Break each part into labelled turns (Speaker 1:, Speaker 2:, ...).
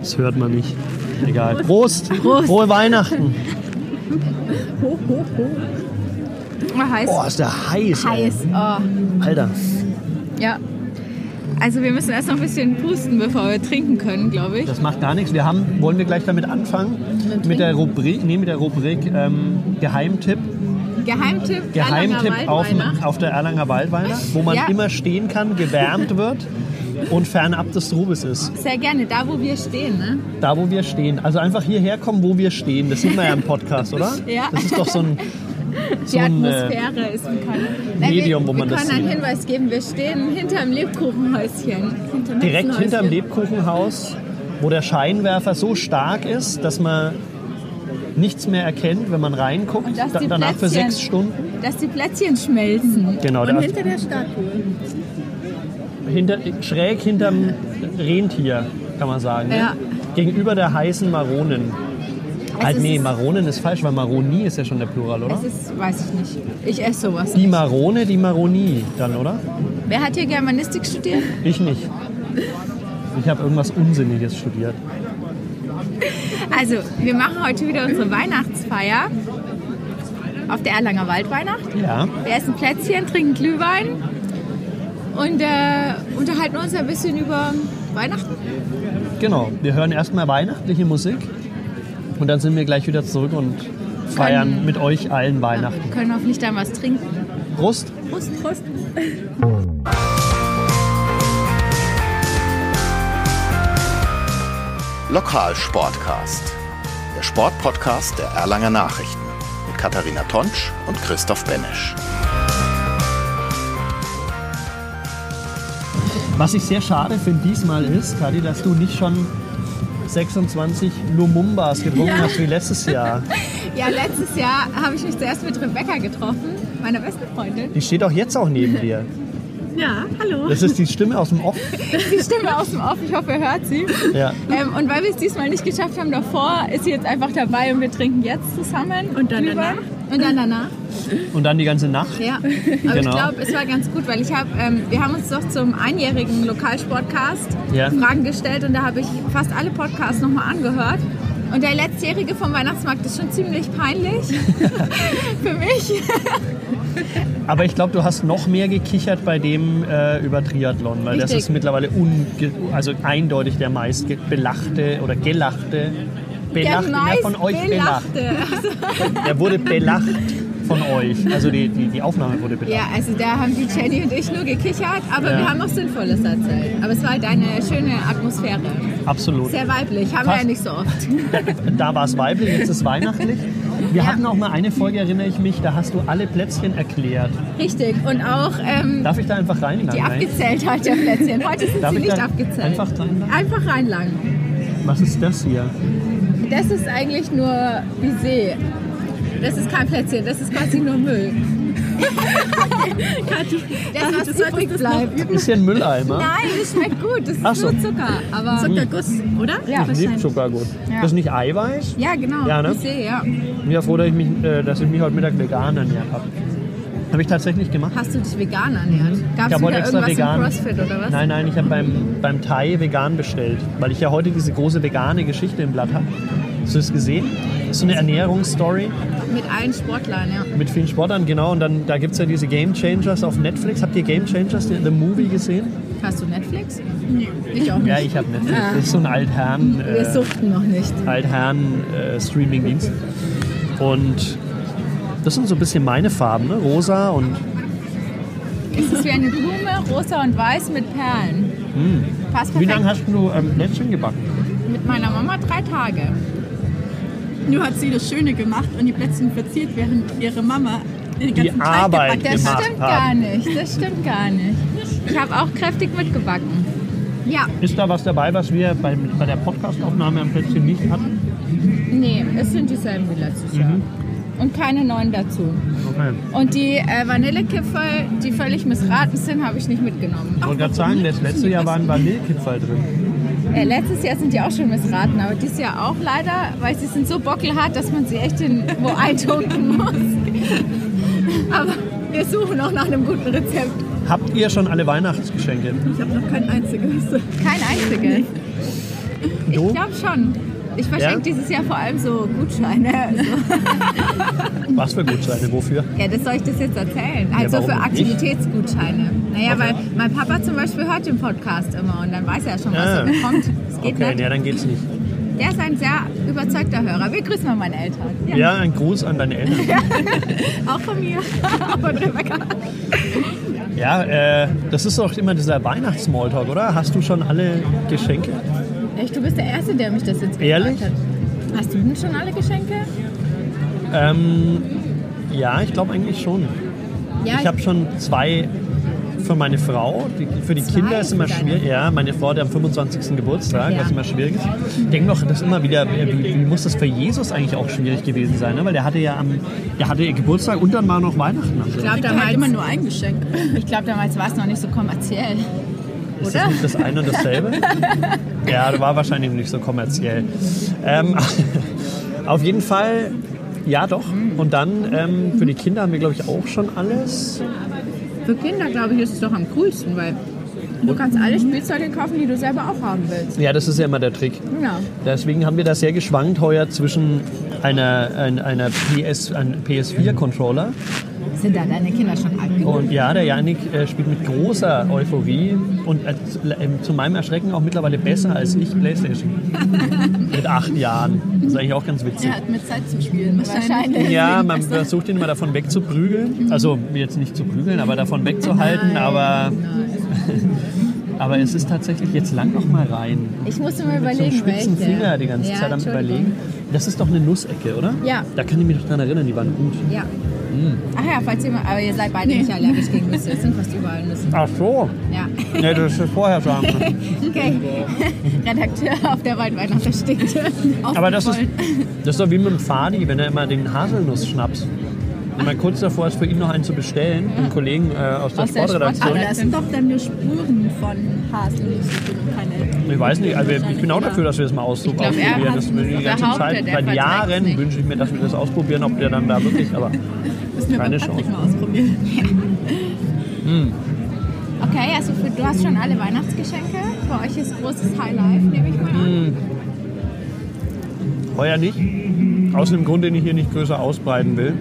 Speaker 1: Das hört man nicht. Egal. Prost!
Speaker 2: Prost.
Speaker 1: Frohe Weihnachten!
Speaker 2: Ho, ho, ho. Oh, heiß.
Speaker 1: Boah, ist der heiß. ey.
Speaker 2: heiß. Oh.
Speaker 1: Alter.
Speaker 2: Ja. Also wir müssen erst noch ein bisschen pusten, bevor wir trinken können, glaube ich.
Speaker 1: Das macht gar nichts. Wir haben, wollen wir gleich damit anfangen? Mit der Rubrik, nee, mit der Rubrik ähm, Geheimtipp.
Speaker 2: Geheimtipp,
Speaker 1: Geheimtipp
Speaker 2: Erlanger
Speaker 1: auf,
Speaker 2: Waldweihnacht.
Speaker 1: auf der Erlanger Waldweihnacht, wo man
Speaker 2: Ja.
Speaker 1: immer stehen kann, gewärmt wird und fernab des Trubes ist.
Speaker 2: Sehr gerne, da wo wir stehen, ne?
Speaker 1: Da, wo wir stehen. Also einfach hierher kommen, wo wir stehen. Das sieht man ja im Podcast, oder?
Speaker 2: Ja.
Speaker 1: Das ist doch so ein...
Speaker 2: Die
Speaker 1: So ein, äh,
Speaker 2: Atmosphäre ist bekannt. Nein,
Speaker 1: Medium,
Speaker 2: wir,
Speaker 1: wo man
Speaker 2: wir
Speaker 1: das
Speaker 2: können einen
Speaker 1: sieht.
Speaker 2: Hinweis geben, wir stehen hinterm Lebkuchenhäuschen. Hinterm
Speaker 1: direkt hinterm
Speaker 2: Lebkuchenhäuschen.
Speaker 1: Lebkuchenhaus, wo der Scheinwerfer so stark ist, dass man nichts mehr erkennt, wenn man reinguckt.
Speaker 2: Und dass
Speaker 1: Da-
Speaker 2: die
Speaker 1: danach für
Speaker 2: Plätzchen-
Speaker 1: sechs Stunden.
Speaker 2: Dass die Plätzchen schmelzen.
Speaker 1: Genau,
Speaker 3: Und
Speaker 1: da-
Speaker 3: hinter der Statue.
Speaker 1: hinter, schräg hinterm Rentier, kann man sagen. Ne?
Speaker 2: Ja.
Speaker 1: Gegenüber der heißen Maronen.
Speaker 2: Es
Speaker 1: Halt,
Speaker 2: ist-
Speaker 1: nee, Maronen ist falsch, weil Maroni ist ja schon der Plural, oder?
Speaker 2: Es ist, weiß ich nicht. Ich esse sowas.
Speaker 1: Die Marone, die Maroni dann, oder?
Speaker 2: Wer hat hier Germanistik studiert?
Speaker 1: Ich nicht. Ich habe irgendwas Unsinniges studiert.
Speaker 2: Also, wir machen heute wieder unsere Weihnachtsfeier auf der Erlanger Waldweihnacht.
Speaker 1: Ja.
Speaker 2: Wir essen Plätzchen, trinken Glühwein und äh, unterhalten uns ein bisschen über Weihnachten.
Speaker 1: Genau, wir hören erstmal weihnachtliche Musik und dann sind wir gleich wieder zurück und feiern mit euch allen Weihnachten.
Speaker 2: Wir können hoffentlich dann was trinken.
Speaker 1: Prost!
Speaker 2: Prost, Prost.
Speaker 4: Lokalsportcast. Der Sportpodcast der Erlanger Nachrichten mit Katharina Tonsch und Christoph Benesch.
Speaker 1: Was ich sehr schade finde diesmal ist, Kadi, dass du nicht schon 26 Lumumbas getrunken hast wie letztes Jahr.
Speaker 2: Ja, letztes Jahr habe ich mich zuerst mit Rebecca getroffen, meiner besten Freundin.
Speaker 1: Die steht auch jetzt auch neben dir.
Speaker 2: Ja, hallo.
Speaker 1: Das ist die Stimme aus dem Off.
Speaker 2: Die Stimme aus dem Off, ich hoffe, ihr hört sie.
Speaker 1: Ja.
Speaker 2: Ähm, und weil wir es diesmal nicht geschafft haben davor, ist sie jetzt einfach dabei und wir trinken jetzt zusammen.
Speaker 3: Und dann
Speaker 2: Glühwein. Und dann danach.
Speaker 1: Und dann die ganze Nacht.
Speaker 2: Ja, aber
Speaker 1: Genau.
Speaker 2: ich glaube, es war ganz gut, weil ich habe, ähm, wir haben uns doch zum einjährigen Lokalsportcast
Speaker 1: Ja.
Speaker 2: Fragen gestellt und da habe ich fast alle Podcasts nochmal angehört. Und der letztjährige vom Weihnachtsmarkt ist schon ziemlich peinlich für mich.
Speaker 1: Aber ich glaube, du hast noch mehr gekichert bei dem äh, über Triathlon, weil das
Speaker 2: Richtig.
Speaker 1: ist mittlerweile unge also eindeutig der meist ge- belachte oder gelachte.
Speaker 2: Der
Speaker 1: Belachte, wer von euch belacht?
Speaker 2: meistbelachte.
Speaker 1: Der wurde belacht von euch. Also die, die, die Aufnahme wurde belacht.
Speaker 2: Ja, also da haben die Jenny und ich nur gekichert, aber
Speaker 1: Ja.
Speaker 2: wir haben auch Sinnvolles erzählt. Aber es war halt eine schöne Atmosphäre.
Speaker 1: Absolut.
Speaker 2: Sehr weiblich, haben wir
Speaker 1: Fast.
Speaker 2: ja nicht so oft.
Speaker 1: Da war es weiblich, jetzt ist weihnachtlich. Wir hatten auch mal eine Folge, erinnere ich mich, da hast du alle Plätzchen erklärt.
Speaker 2: Richtig. Und auch ähm,
Speaker 1: Darf ich da einfach rein?
Speaker 2: die Abgezähltheit der Plätzchen. Heute sind
Speaker 1: Darf
Speaker 2: sie
Speaker 1: ich
Speaker 2: nicht
Speaker 1: da
Speaker 2: abgezählt.
Speaker 1: einfach reinlangen?
Speaker 2: Einfach reinlangen.
Speaker 1: Was ist das hier?
Speaker 2: Das ist eigentlich nur Baiser. Das ist kein Plätzchen, das ist quasi nur Müll. das, was übrig
Speaker 3: du solltest das noch
Speaker 2: bleibt.
Speaker 1: Ist hier ein Mülleimer?
Speaker 2: Nein, das schmeckt gut. Das ist
Speaker 1: Ach so. Hm.
Speaker 2: nur Zucker. Aber
Speaker 3: Zuckerguss, oder?
Speaker 2: Ja.
Speaker 1: ich liebe
Speaker 3: wahrscheinlich.
Speaker 1: Zuckergut.
Speaker 2: Ja.
Speaker 1: Das ist nicht Eiweiß?
Speaker 2: ja, genau.
Speaker 1: Ja, ne?
Speaker 2: Baiser, ja.
Speaker 1: Ich bin ja froh, dass ich mich, äh, dass ich mich heute Mittag vegan ernährt habe. Habe ich tatsächlich gemacht.
Speaker 2: Hast du dich vegan ernährt? Gab
Speaker 1: Ich habe
Speaker 2: es
Speaker 1: heute
Speaker 2: wieder
Speaker 1: extra
Speaker 2: irgendwas
Speaker 1: vegan.
Speaker 2: im Crossfit oder was?
Speaker 1: Nein, nein, ich habe beim, beim Thai vegan bestellt, weil ich ja heute diese große vegane Geschichte im Blatt habe. Hast du es gesehen? Das ist so eine Ernährungsstory
Speaker 2: Mit allen Sportlern, ja.
Speaker 1: mit vielen Sportlern, genau. Und dann da gibt es ja diese Game Changers auf Netflix. Habt ihr Game Changers, den, The Movie gesehen?
Speaker 2: Hast du Netflix? Nee. Ich auch nicht.
Speaker 1: Ja, ich habe Netflix.
Speaker 2: Ah.
Speaker 1: Das ist so ein Altherren.
Speaker 2: Wir
Speaker 1: Äh,
Speaker 2: suchten noch nicht.
Speaker 1: Altherren-Streaming-Dienst. und das sind so ein bisschen meine Farben, ne? rosa und
Speaker 2: Ah, Es ist wie eine Blume, rosa und weiß mit Perlen. Passt perfekt.
Speaker 1: Hm. Wie lange hast du ähm, Plätzchen gebacken?
Speaker 2: Mit meiner Mama drei Tage.
Speaker 3: Nur hat sie das Schöne gemacht und die Plätzchen verziert, während ihre Mama den ganzen Teig
Speaker 1: Arbeit
Speaker 3: gebacken
Speaker 2: Das
Speaker 3: hat.
Speaker 1: gemacht.
Speaker 2: stimmt gar
Speaker 1: haben.
Speaker 2: nicht. Das stimmt gar nicht. Ich habe auch kräftig mitgebacken. Ja,
Speaker 1: Ist da was dabei, was wir beim, bei der Podcastaufnahme am Plätzchen nicht hatten?
Speaker 2: nee, es sind dieselben wie letztes Jahr.
Speaker 1: Mhm.
Speaker 2: Und keine neuen dazu.
Speaker 1: Okay.
Speaker 2: Und die äh, Vanillekipferl, die völlig missraten sind, habe ich nicht mitgenommen.
Speaker 1: Ich wollte gerade sagen, das letzte Jahr war ein Vanillekipferl drin.
Speaker 2: Äh, letztes Jahr sind die auch schon missraten, aber dieses Jahr auch leider, weil sie sind so bockelhart, dass man sie echt in wo eintunken muss. aber wir suchen auch nach einem guten Rezept.
Speaker 1: Habt ihr schon alle Weihnachtsgeschenke?
Speaker 3: Ich habe noch kein einziges.
Speaker 2: Kein einziges. Ich
Speaker 1: Du?
Speaker 2: glaube schon. Ich verschenke
Speaker 1: Ja?
Speaker 2: dieses Jahr vor allem so Gutscheine. Also,
Speaker 1: Was für Gutscheine? Wofür?
Speaker 2: ja, das soll ich das jetzt erzählen. Also
Speaker 1: warum
Speaker 2: für
Speaker 1: nicht?
Speaker 2: Aktivitätsgutscheine. Naja,
Speaker 1: Okay.
Speaker 2: weil mein Papa zum Beispiel hört den Podcast immer und dann weiß er schon, was
Speaker 1: Ah.
Speaker 2: er bekommt. Es geht
Speaker 1: Okay,
Speaker 2: nicht.
Speaker 1: ja, dann geht's nicht.
Speaker 2: Der ist ein sehr überzeugter Hörer. Wir grüßen mal meine Eltern. Ja,
Speaker 1: Ja, ein Gruß an deine Eltern.
Speaker 2: Auch von mir. Von Rebecca.
Speaker 1: Ja, äh, das ist doch immer dieser Weihnachts-Smalltalk, oder? Hast du schon alle Geschenke?
Speaker 2: Echt, du bist der Erste, der mich das jetzt gefragt
Speaker 1: Ehrlich?
Speaker 2: hat. Hast du denn schon alle Geschenke?
Speaker 1: Ähm, ja, ich glaube eigentlich schon.
Speaker 2: Ja,
Speaker 1: Ich habe schon zwei für meine Frau. Die, für die
Speaker 2: Zwei
Speaker 1: Kinder ist immer
Speaker 2: für deine-
Speaker 1: schwierig. Ja, meine Frau, der am 25. Geburtstag,
Speaker 2: Ja.
Speaker 1: was immer schwierig ist. Ich denke noch, das ist immer wieder, äh, wie, wie muss das für Jesus eigentlich auch schwierig gewesen sein? Ne? Weil der hatte ja am, der hatte ja Geburtstag und dann war noch Weihnachten. Also.
Speaker 2: glaub,
Speaker 3: Ich habe halt
Speaker 2: damals,
Speaker 3: immer nur ein Geschenk.
Speaker 2: ich glaub, damals war es noch nicht so kommerziell.
Speaker 1: Ist das nicht das eine und dasselbe? ja, war wahrscheinlich nicht so kommerziell. Ähm, auf jeden Fall, ja doch. Und dann ähm, für die Kinder haben wir, glaube ich, auch schon alles.
Speaker 2: Für Kinder, glaube ich, ist es doch am coolsten, weil du kannst alle Spielzeuge kaufen, die du selber auch haben willst.
Speaker 1: Ja, das ist ja immer der Trick.
Speaker 2: Ja.
Speaker 1: Deswegen haben wir da sehr geschwankt heuer zwischen einer, ein- einer PS, einem PS4-Controller
Speaker 2: Sind da deine Kinder schon alt genug?
Speaker 1: und ja, der Janik äh, spielt mit großer Euphorie und äh, zu- äh, zu meinem Erschrecken auch mittlerweile besser als ich Playstation. mit acht Jahren. Das ist eigentlich auch ganz witzig.
Speaker 3: Der hat mehr Zeit zum Spielen.
Speaker 2: Wahrscheinlich.
Speaker 1: Ja, man versucht ihn immer davon wegzuprügeln. Also jetzt nicht zu prügeln, aber davon wegzuhalten. Aber, aber es ist tatsächlich, jetzt lang noch mal rein.
Speaker 2: Ich musste mir
Speaker 1: Mit so einem
Speaker 2: überlegen,
Speaker 1: spitzen
Speaker 2: welche.
Speaker 1: Finger die ganze
Speaker 2: ja,
Speaker 1: Zeit am
Speaker 2: Entschuldigung.
Speaker 1: Überlegen. Das ist doch eine Nussecke, oder?
Speaker 2: Ja.
Speaker 1: Da kann ich mich noch dran erinnern, die waren gut.
Speaker 2: Ja.
Speaker 1: Hm.
Speaker 2: Ach ja, falls jemand, aber ihr seid beide nicht allergisch gegen Nüsse. Es sind fast überall Nüsse.
Speaker 1: Ach so.
Speaker 2: Ja.
Speaker 1: Ne, das ist vorher sagen.
Speaker 2: Okay. Redakteur auf der Waldweihnacht versteckt.
Speaker 1: Aber das ist, das ist doch wie mit dem Fadi, wenn er immer den Haselnuss-Schnaps. Wenn man kurz davor ist, für ihn noch einen zu bestellen, einen Kollegen äh, aus der
Speaker 2: Aus der
Speaker 1: Sportredaktion.
Speaker 2: Sport-
Speaker 3: Aber da sind doch dann nur Spuren von Haselnüssen drin und keine.
Speaker 1: Ich weiß nicht, also ich bin auch dafür, dass wir das mal ausprobieren.
Speaker 2: glaub, er hat
Speaker 1: das will ich die ganze
Speaker 2: behauptet,
Speaker 1: Zeit.
Speaker 2: er
Speaker 1: Seit
Speaker 2: verträgt's
Speaker 1: Jahren
Speaker 2: nicht.
Speaker 1: wünsche ich mir, dass wir das ausprobieren, ob der dann da wirklich, aber
Speaker 3: Müssen wir
Speaker 1: Keine
Speaker 3: bei Patrick
Speaker 1: Chance.
Speaker 3: mal ausprobieren.
Speaker 2: Okay, also für, du hast schon alle Weihnachtsgeschenke. Für euch ist großes Highlife, nehme ich mal an.
Speaker 1: heuer nicht. Aus einem Grund, den ich hier nicht größer ausbreiten will.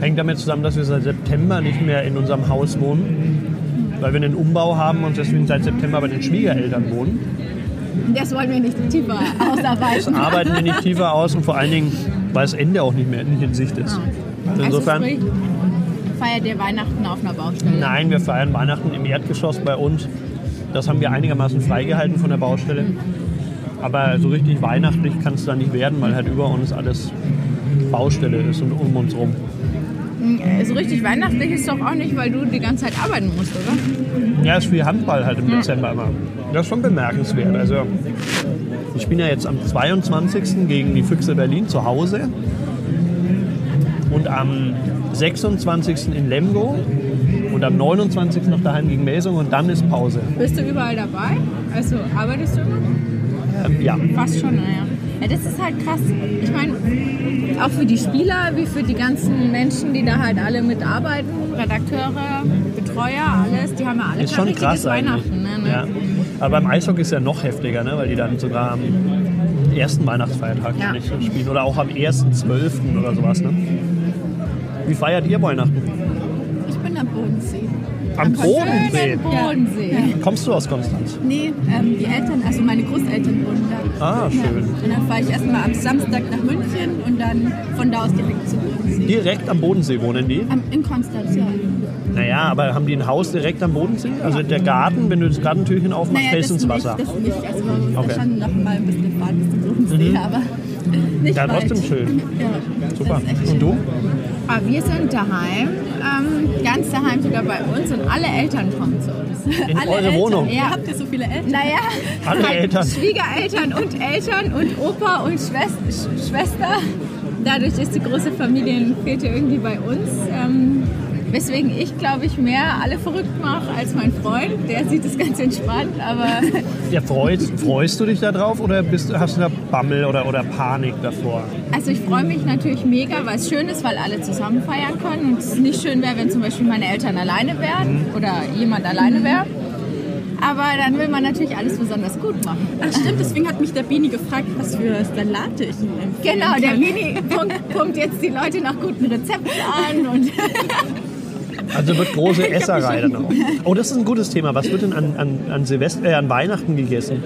Speaker 1: Hängt damit zusammen, dass wir seit September nicht mehr in unserem Haus wohnen, weil wir einen Umbau haben und deswegen seit September bei den Schwiegereltern wohnen. Mhm.
Speaker 2: Das wollen wir nicht tiefer ausarbeiten.
Speaker 1: Arbeiten wir nicht tiefer aus und vor allen Dingen, weil das Ende auch nicht mehr nicht in Sicht ist. Insofern,
Speaker 2: also sprich, feiert ihr Weihnachten auf einer Baustelle?
Speaker 1: Nein, wir feiern Weihnachten im Erdgeschoss bei uns. Das haben wir einigermaßen freigehalten von der Baustelle. Aber so richtig weihnachtlich kann es da nicht werden, weil halt über uns alles Baustelle ist und um uns rum.
Speaker 2: Nein. So Also richtig weihnachtlich ist doch auch nicht, weil du die ganze Zeit arbeiten musst, oder?
Speaker 1: Ja, ist viel Handball halt im
Speaker 2: Hm.
Speaker 1: Dezember immer. Das ist schon bemerkenswert. Also ich spiele ja jetzt am 22. gegen die Füchse Berlin zu Hause und am 26. in Lemgo und am 29. noch daheim gegen Melsung und dann ist Pause.
Speaker 2: Bist du überall dabei? Also arbeitest du immer?
Speaker 1: Ähm, ja.
Speaker 2: Fast schon, naja. Ja, das ist halt krass. Ich meine, auch für die Spieler, wie für die ganzen Menschen, die da halt alle mitarbeiten, Redakteure, Betreuer, alles, die haben ja alle
Speaker 1: Ist
Speaker 2: kein
Speaker 1: schon
Speaker 2: richtiges
Speaker 1: krass eigentlich.
Speaker 2: Weihnachten. Ne, ne?
Speaker 1: Ja. Aber beim Eishockey ist ja noch heftiger, ne? weil die dann sogar am ersten Weihnachtsfeiertag
Speaker 2: Ja.
Speaker 1: nicht spielen oder auch am 1.12. oder sowas. Ne? Wie feiert ihr Weihnachten?
Speaker 3: Ich bin am Bodensee.
Speaker 1: Am
Speaker 2: Schönen
Speaker 1: Bodensee.
Speaker 2: Bodensee.
Speaker 1: Kommst du aus Konstanz?
Speaker 3: Nee, ähm, die Eltern, also meine Großeltern wohnen da.
Speaker 1: Ah, schön.
Speaker 3: Und dann fahre ich erstmal am Samstag nach München und dann von da aus direkt zu Bodensee.
Speaker 1: Direkt am Bodensee wohnen die?
Speaker 3: Am, in Konstanz, ja.
Speaker 1: Naja, aber haben die ein Haus direkt am Bodensee? Also der Garten, wenn du das Gartentürchen aufmachst, fällst du ins Wasser.
Speaker 3: Nicht, das nicht. Also man muss
Speaker 1: Okay.
Speaker 3: da schon noch mal ein bisschen fahren bis zum Bodensee, aber nicht
Speaker 1: Ja,
Speaker 3: weit.
Speaker 1: trotzdem schön.
Speaker 3: Ja,
Speaker 1: Super.
Speaker 3: Das ist echt
Speaker 1: Und du?
Speaker 3: Ah,
Speaker 2: Aber wir sind daheim, ähm, ganz daheim wieder bei uns und alle Eltern kommen zu uns.
Speaker 1: In
Speaker 3: Alle
Speaker 1: eure
Speaker 3: Eltern,
Speaker 1: Wohnung?
Speaker 3: Ja. Habt ihr so viele Eltern?
Speaker 2: Naja,
Speaker 1: Alle
Speaker 2: halt
Speaker 1: Eltern.
Speaker 2: Schwiegereltern und Eltern und Opa und Schwester. Sch Schwester. Dadurch ist die große Familienfete irgendwie bei uns. Ähm, Weswegen ich, glaube ich, mehr alle verrückt mache als mein Freund. Der sieht es ganz entspannt, aber
Speaker 1: Ja, freust, freust du dich da drauf oder bist, du- hast du da Bammel oder, oder Panik davor?
Speaker 2: Also ich freue mich natürlich mega, weil es schön ist, weil alle zusammen feiern können. Und es nicht schön wäre, wenn zum Beispiel meine Eltern alleine wären oder jemand alleine wäre. Aber dann will man natürlich alles besonders gut machen.
Speaker 3: Ach stimmt, deswegen hat mich der Bini gefragt, was für Salate ich ihm empfehle.
Speaker 2: Genau, der Mini punkt, punkt jetzt die Leute nach guten Rezepten an und
Speaker 1: Also wird große Esserei dann auch. Oh, das ist ein gutes Thema. Was wird denn an, an, an, Silvester, äh, an Weihnachten gegessen?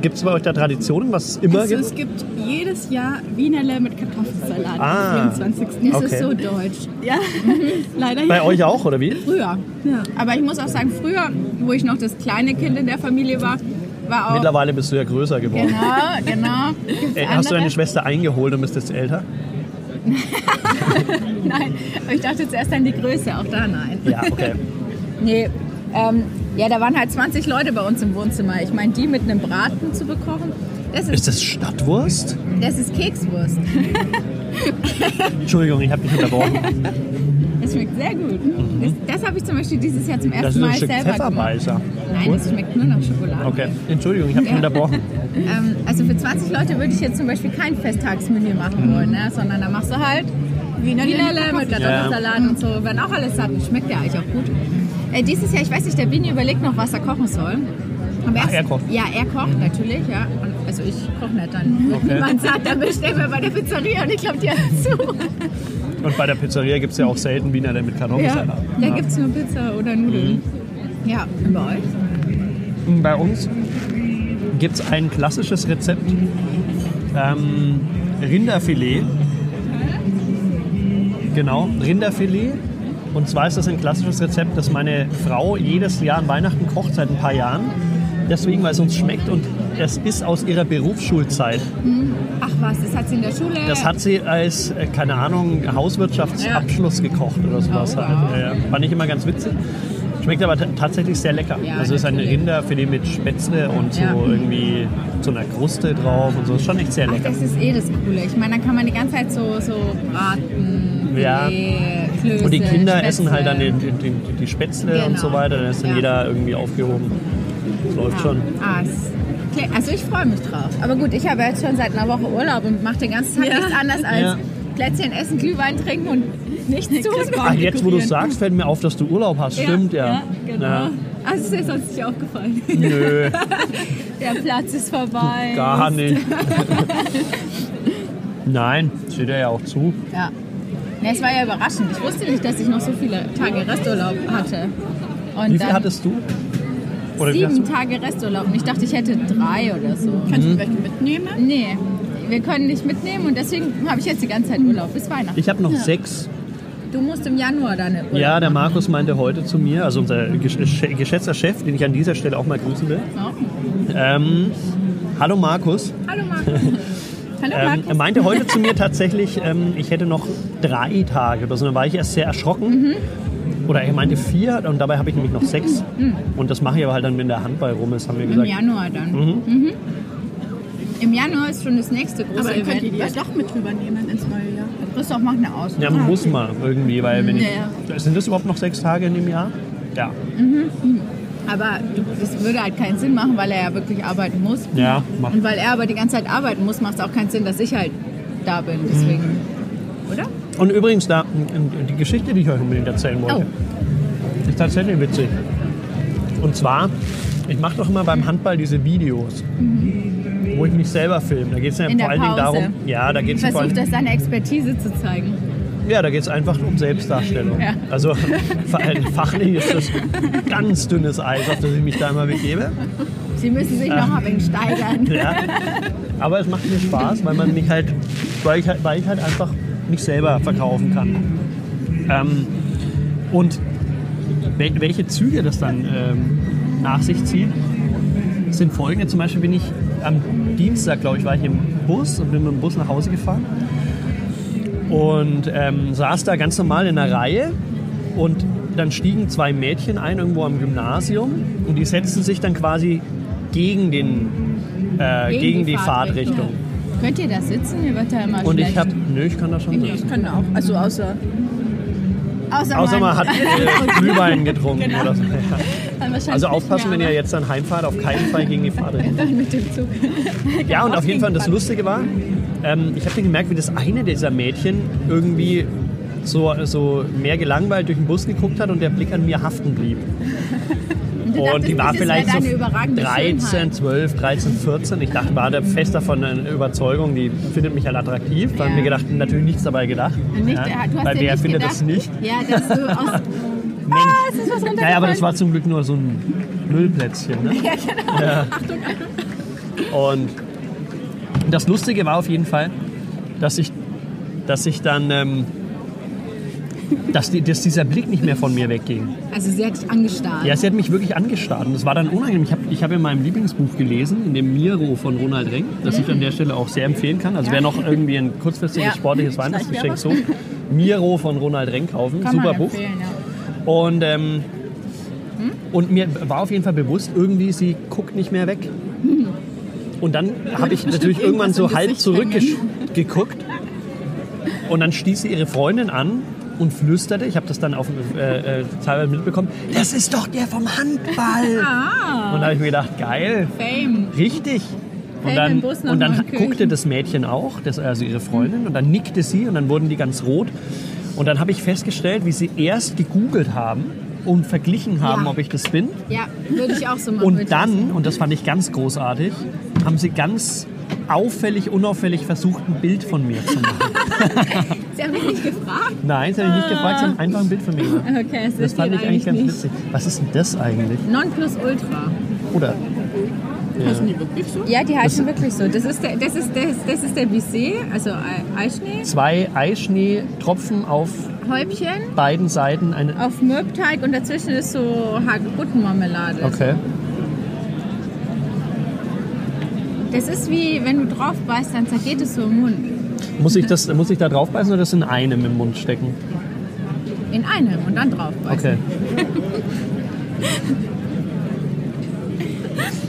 Speaker 1: Gibt es bei euch da Traditionen, was es immer
Speaker 3: Also
Speaker 1: gibt?
Speaker 3: es gibt jedes Jahr Wienerle mit Kartoffelsalat
Speaker 1: Ah.
Speaker 3: am 24.
Speaker 2: es
Speaker 1: Okay.
Speaker 2: ist so deutsch.
Speaker 3: Ja, leider
Speaker 1: Bei
Speaker 3: ja.
Speaker 1: euch auch, oder wie?
Speaker 2: Früher. Aber ich muss auch sagen, früher, wo ich noch das kleine Kind in der Familie war, war auch...
Speaker 1: Mittlerweile bist du ja größer geworden.
Speaker 2: Genau, genau. Gibt's
Speaker 1: Äh, Hast du
Speaker 2: andere?
Speaker 1: deine Schwester eingeholt und bist jetzt älter?
Speaker 2: Nein, aber ich dachte zuerst an die Größe, auch da nein.
Speaker 1: Ja, okay.
Speaker 2: Nee, ähm, ja, da waren halt 20 Leute bei uns im Wohnzimmer. Ich meine, die mit einem Braten zu bekochen, das ist,
Speaker 1: Ist das Stadtwurst?
Speaker 2: das ist Kekswurst.
Speaker 1: Entschuldigung, ich habe dich unterbrochen.
Speaker 2: Das schmeckt sehr gut. Das, das habe ich zum Beispiel dieses Jahr zum ersten
Speaker 1: Mhm. Das ist ein
Speaker 2: Mal
Speaker 1: Stück
Speaker 2: selber gemacht.
Speaker 1: Pfefferbeißer.
Speaker 2: Nein, das schmeckt nur nach Schokolade.
Speaker 1: Okay, Entschuldigung, ich habe dich
Speaker 2: Ja.
Speaker 1: unterbrochen.
Speaker 2: Ähm, also für 20 Leute würde ich jetzt zum Beispiel kein Festtagsmenü
Speaker 1: Mhm.
Speaker 2: machen wollen, ne? sondern da machst du halt
Speaker 3: Wienerle mit
Speaker 2: Wienerle mit
Speaker 3: Kartoffelsalat.
Speaker 2: Kartoffelsalat und so. Werden auch alles satt und schmeckt ja eigentlich auch gut. Äh, dieses Jahr, ich weiß nicht, der Bini überlegt noch, was er kochen soll. Am ersten-
Speaker 1: er kocht. Mhm.
Speaker 2: Ja, er kocht natürlich, ja. Und, also ich koche nicht, dann wird
Speaker 1: Okay.
Speaker 2: niemand satt. Dann bestellen wir bei der Pizzeria und ich glaube, die hat zu.
Speaker 1: Und bei der Pizzeria gibt es ja auch selten Wiener mit Kartoffelsalat.
Speaker 2: Da gibt es nur Pizza oder Nudeln.
Speaker 1: Mhm.
Speaker 2: Ja, und bei euch?
Speaker 1: Bei uns gibt es ein klassisches Rezept: ähm, Rinderfilet. Genau, Rinderfilet. Und zwar ist das ein klassisches Rezept, das meine Frau jedes Jahr an Weihnachten kocht, seit ein paar Jahren. Deswegen, weil es uns schmeckt und es ist aus ihrer Berufsschulzeit.
Speaker 2: Ach was, das hat sie in der Schule.
Speaker 1: Das hat sie als, äh, keine Ahnung, Hauswirtschaftsabschluss gekocht oder sowas
Speaker 2: Oh, wow.
Speaker 1: halt. Ja, ja. Fand ich immer ganz witzig. Schmeckt aber t- tatsächlich sehr lecker.
Speaker 2: Ja,
Speaker 1: also es ist ein
Speaker 2: natürlich.
Speaker 1: Rinderfilet mit Spätzle und so
Speaker 2: Ja.
Speaker 1: irgendwie so einer Kruste drauf und so. Ist schon echt sehr
Speaker 2: Ach,
Speaker 1: lecker.
Speaker 2: das ist eh das Coole. Ich meine, dann kann man die ganze Zeit so, so braten,
Speaker 1: Ja.
Speaker 2: Filet, Klöße,
Speaker 1: und die Kinder
Speaker 2: Spätzle.
Speaker 1: essen halt dann den, den, den, die Spätzle und
Speaker 2: Genau.
Speaker 1: so weiter. Dann ist dann
Speaker 2: Ja.
Speaker 1: jeder irgendwie aufgehoben. Das läuft
Speaker 2: Ja.
Speaker 1: schon.
Speaker 2: Ah, es- okay, also ich freue mich drauf. Aber gut, ich habe jetzt schon seit einer Woche Urlaub und mache den ganzen Tag
Speaker 3: Ja.
Speaker 2: nichts anderes als
Speaker 1: Ja.
Speaker 2: Plätzchen essen, Glühwein trinken und nichts tun.
Speaker 1: Ach, Ah, jetzt wo du es sagst, fällt mir auf, dass du Urlaub hast. Stimmt, ja.
Speaker 3: ja genau.
Speaker 1: Ja.
Speaker 2: Ah,
Speaker 3: Also ist dir sonst nicht aufgefallen.
Speaker 1: Nö,
Speaker 2: Der Platz ist vorbei.
Speaker 1: gar nicht. Nein, steht er ja auch zu.
Speaker 2: Ja. Ja, es war ja überraschend. Ich wusste nicht, dass ich noch so viele Tage Resturlaub hatte. Und
Speaker 1: Wie viel
Speaker 2: dann
Speaker 1: hattest du? Oder wie hast
Speaker 2: sieben
Speaker 1: du?
Speaker 2: Tage Resturlaub. Und ich dachte, ich hätte drei oder so.
Speaker 3: Kannst du welche mitnehmen?
Speaker 2: Nee, wir können nicht mitnehmen und deswegen habe ich jetzt die ganze Zeit Urlaub bis Weihnachten.
Speaker 1: Ich habe noch sechs.
Speaker 2: Du musst im Januar deine Urlaub
Speaker 1: Ja, der Markus meinte heute zu mir, also unser gesch- äh, geschätzter Chef, den ich an dieser Stelle auch mal grüßen will.
Speaker 2: machen.
Speaker 1: Ähm, hallo Markus.
Speaker 2: Hallo Marco. Hallo
Speaker 1: Ähm,
Speaker 2: Marco.
Speaker 1: er meinte heute zu mir tatsächlich, ähm, ich hätte noch drei Tage oder so. Dann war ich erst sehr erschrocken. Oder er meinte vier und dabei habe ich nämlich noch sechs. Und das mache ich aber halt dann, wenn der Handball rum ist, haben wir
Speaker 2: Im
Speaker 1: gesagt.
Speaker 2: Januar dann. Mhm. Im Januar ist schon das nächste große
Speaker 3: Aber ihr also könnt die
Speaker 2: Event.
Speaker 3: ja
Speaker 2: Was?
Speaker 3: doch mit rübernehmen ins neue Jahr.
Speaker 2: Christoph macht eine Ausnahme.
Speaker 1: Ja, muss man irgendwie, weil wenn
Speaker 3: Ja,
Speaker 1: ich, sind das überhaupt noch sechs Tage in dem Jahr? Ja.
Speaker 2: Aber das würde halt keinen Sinn machen, weil er ja wirklich arbeiten muss.
Speaker 1: Ja, macht
Speaker 2: Und weil er aber die ganze Zeit arbeiten muss, macht es auch keinen Sinn, dass ich halt da bin. Deswegen.
Speaker 1: Mhm.
Speaker 2: Oder?
Speaker 1: Und übrigens, da, die Geschichte, die ich euch unbedingt erzählen wollte,
Speaker 2: Oh.
Speaker 1: ist tatsächlich witzig. Und zwar, ich mache doch immer beim Handball diese Videos, wo ich mich selber filme. Da geht es ja
Speaker 2: Mhm. In
Speaker 1: vor
Speaker 2: der
Speaker 1: allen Dingen
Speaker 2: Pause.
Speaker 1: darum, ja, da geht es vor allen
Speaker 2: Versucht das seine Expertise zu zeigen.
Speaker 1: ja, da geht's einfach um Selbstdarstellung.
Speaker 2: Ja.
Speaker 1: Also vor allem fachlich ist das ganz dünnes Eis, auf das ich mich da immer begebe.
Speaker 2: Sie müssen sich noch mal ein wenig steigern.
Speaker 1: Ja. Aber es macht mir Spaß, weil man mich halt, weil ich halt, weil ich halt einfach mich selber verkaufen kann. Ähm, und wel- welche Züge das dann ähm, nach sich zieht, sind folgende. Zum Beispiel bin ich am Dienstag, glaube ich, war ich im Bus und bin mit dem Bus nach Hause gefahren und ähm, saß da ganz normal in einer Reihe und dann stiegen zwei Mädchen ein irgendwo am Gymnasium und die setzten sich dann quasi gegen den äh, gegen, die, Fahrtrichtung.
Speaker 2: Könnt ihr da sitzen? Mir wird da immer
Speaker 1: Und
Speaker 2: schlecht.
Speaker 1: ich habe, nö, ich kann das schon.
Speaker 2: Ich kann auch. Also außer Außer,
Speaker 1: Außer man
Speaker 2: man
Speaker 1: hat äh, Glühwein getrunken oder so. Ja.
Speaker 3: Dann wahrscheinlich
Speaker 1: Also
Speaker 3: nicht
Speaker 1: aufpassen, wenn
Speaker 3: mehr,
Speaker 1: ihr jetzt dann heimfahrt, auf keinen Fall gegen die Pfade.
Speaker 3: mit dem Zug.
Speaker 1: Ja, und auf jeden Fall, das
Speaker 3: Fall.
Speaker 1: Lustige war, ähm, ich habe dann gemerkt, wie das eine dieser Mädchen irgendwie so, so mehr gelangweilt durch den Bus geguckt hat und der Blick an mir haften blieb.
Speaker 2: du
Speaker 1: Und
Speaker 2: dachtest,
Speaker 1: die war
Speaker 2: das ist
Speaker 1: vielleicht so
Speaker 2: deine überragende
Speaker 1: 13,
Speaker 2: Schönheit.
Speaker 1: 12, 13, 14. Ich dachte, war da fest davon eine Überzeugung, die findet mich halt attraktiv. Da haben
Speaker 2: Ja.
Speaker 1: wir gedacht, natürlich nichts dabei gedacht.
Speaker 2: Nicht,
Speaker 1: ja,
Speaker 2: du hast
Speaker 1: weil
Speaker 2: dir
Speaker 1: wer
Speaker 2: nicht
Speaker 1: findet
Speaker 2: gedacht,
Speaker 1: das nicht?
Speaker 2: Ja, dass du aus. ah, es ist was runtergefallen.
Speaker 1: Naja, aber das war zum Glück nur so ein Müllplätzchen. Ne? Ja, genau. Und das Lustige war auf jeden Fall, dass ich, dass ich dann, ähm, dass, die, dass dieser Blick nicht mehr von mir wegging.
Speaker 2: Also sie hat dich angestarrt.
Speaker 1: Ja, sie hat mich wirklich angestarrt und das war dann unangenehm. Ich habe ich hab in meinem Lieblingsbuch gelesen, in dem Miro von Ronald Reng, das ich an der Stelle auch sehr empfehlen kann. Also wer noch irgendwie ein kurzfristiges
Speaker 2: Mhm. Ja.
Speaker 1: sportliches Weihnachtsgeschenk sucht, Miro von Ronald Reng kaufen.
Speaker 2: Kann
Speaker 1: Super
Speaker 2: man
Speaker 1: Buch.
Speaker 2: empfehlen, ja.
Speaker 1: Und, ähm,
Speaker 3: Hm?
Speaker 1: und mir war auf jeden Fall bewusst, irgendwie, sie guckt nicht mehr weg. Und dann habe ich natürlich irgendwann so halb
Speaker 3: irgendwas im Gesicht
Speaker 1: zurückgeguckt. Und dann stieß sie ihre Freundin an und flüsterte, ich habe das dann auf, äh, äh, teilweise mitbekommen, das ist doch der vom Handball.
Speaker 3: Ah.
Speaker 1: Und da habe ich mir gedacht, geil,
Speaker 2: Fame.
Speaker 1: richtig. Und
Speaker 2: Fällt
Speaker 1: dann,
Speaker 2: im Bus nach
Speaker 1: und dann
Speaker 2: Neunkirchen.
Speaker 1: guckte das Mädchen auch, das, also ihre Freundin, und dann nickte sie und dann wurden die ganz rot. Und dann habe ich festgestellt, wie sie erst gegoogelt haben und verglichen haben,
Speaker 2: Ja.
Speaker 1: ob ich das bin.
Speaker 2: Ja, würde ich auch so machen. würde
Speaker 1: Und
Speaker 2: ich auch so
Speaker 1: dann, und das fand ich ganz großartig, haben sie ganz auffällig, unauffällig versucht, ein Bild von mir zu machen.
Speaker 2: machen. Sie haben mich nicht gefragt.
Speaker 1: Nein, sie haben mich nicht gefragt, sie haben einfach ein Bild von mir gemacht.
Speaker 2: Okay, es
Speaker 1: Das
Speaker 2: ist
Speaker 1: fand
Speaker 2: ihr
Speaker 1: ich eigentlich ganz
Speaker 2: nicht.
Speaker 1: witzig. Was ist denn das eigentlich?
Speaker 2: Non plus ultra.
Speaker 1: Oder?
Speaker 3: Heißen die wirklich so?
Speaker 2: Ja, die heißen wirklich so. Das ist der, das ist, das, das ist der Bissee, also Ei- Eischnee,
Speaker 1: Zwei Eischneetropfen auf
Speaker 2: Häubchen
Speaker 1: beiden Seiten eine.
Speaker 2: auf Mürbteig und dazwischen ist so Hagebuttenmarmelade.
Speaker 1: Okay.
Speaker 2: Das ist wie, wenn du drauf beißt, dann zergeht es so im Mund.
Speaker 1: Muss ich, das, muss ich da drauf beißen oder das in einem im Mund stecken?
Speaker 2: In einem und dann drauf beißt.
Speaker 1: Okay.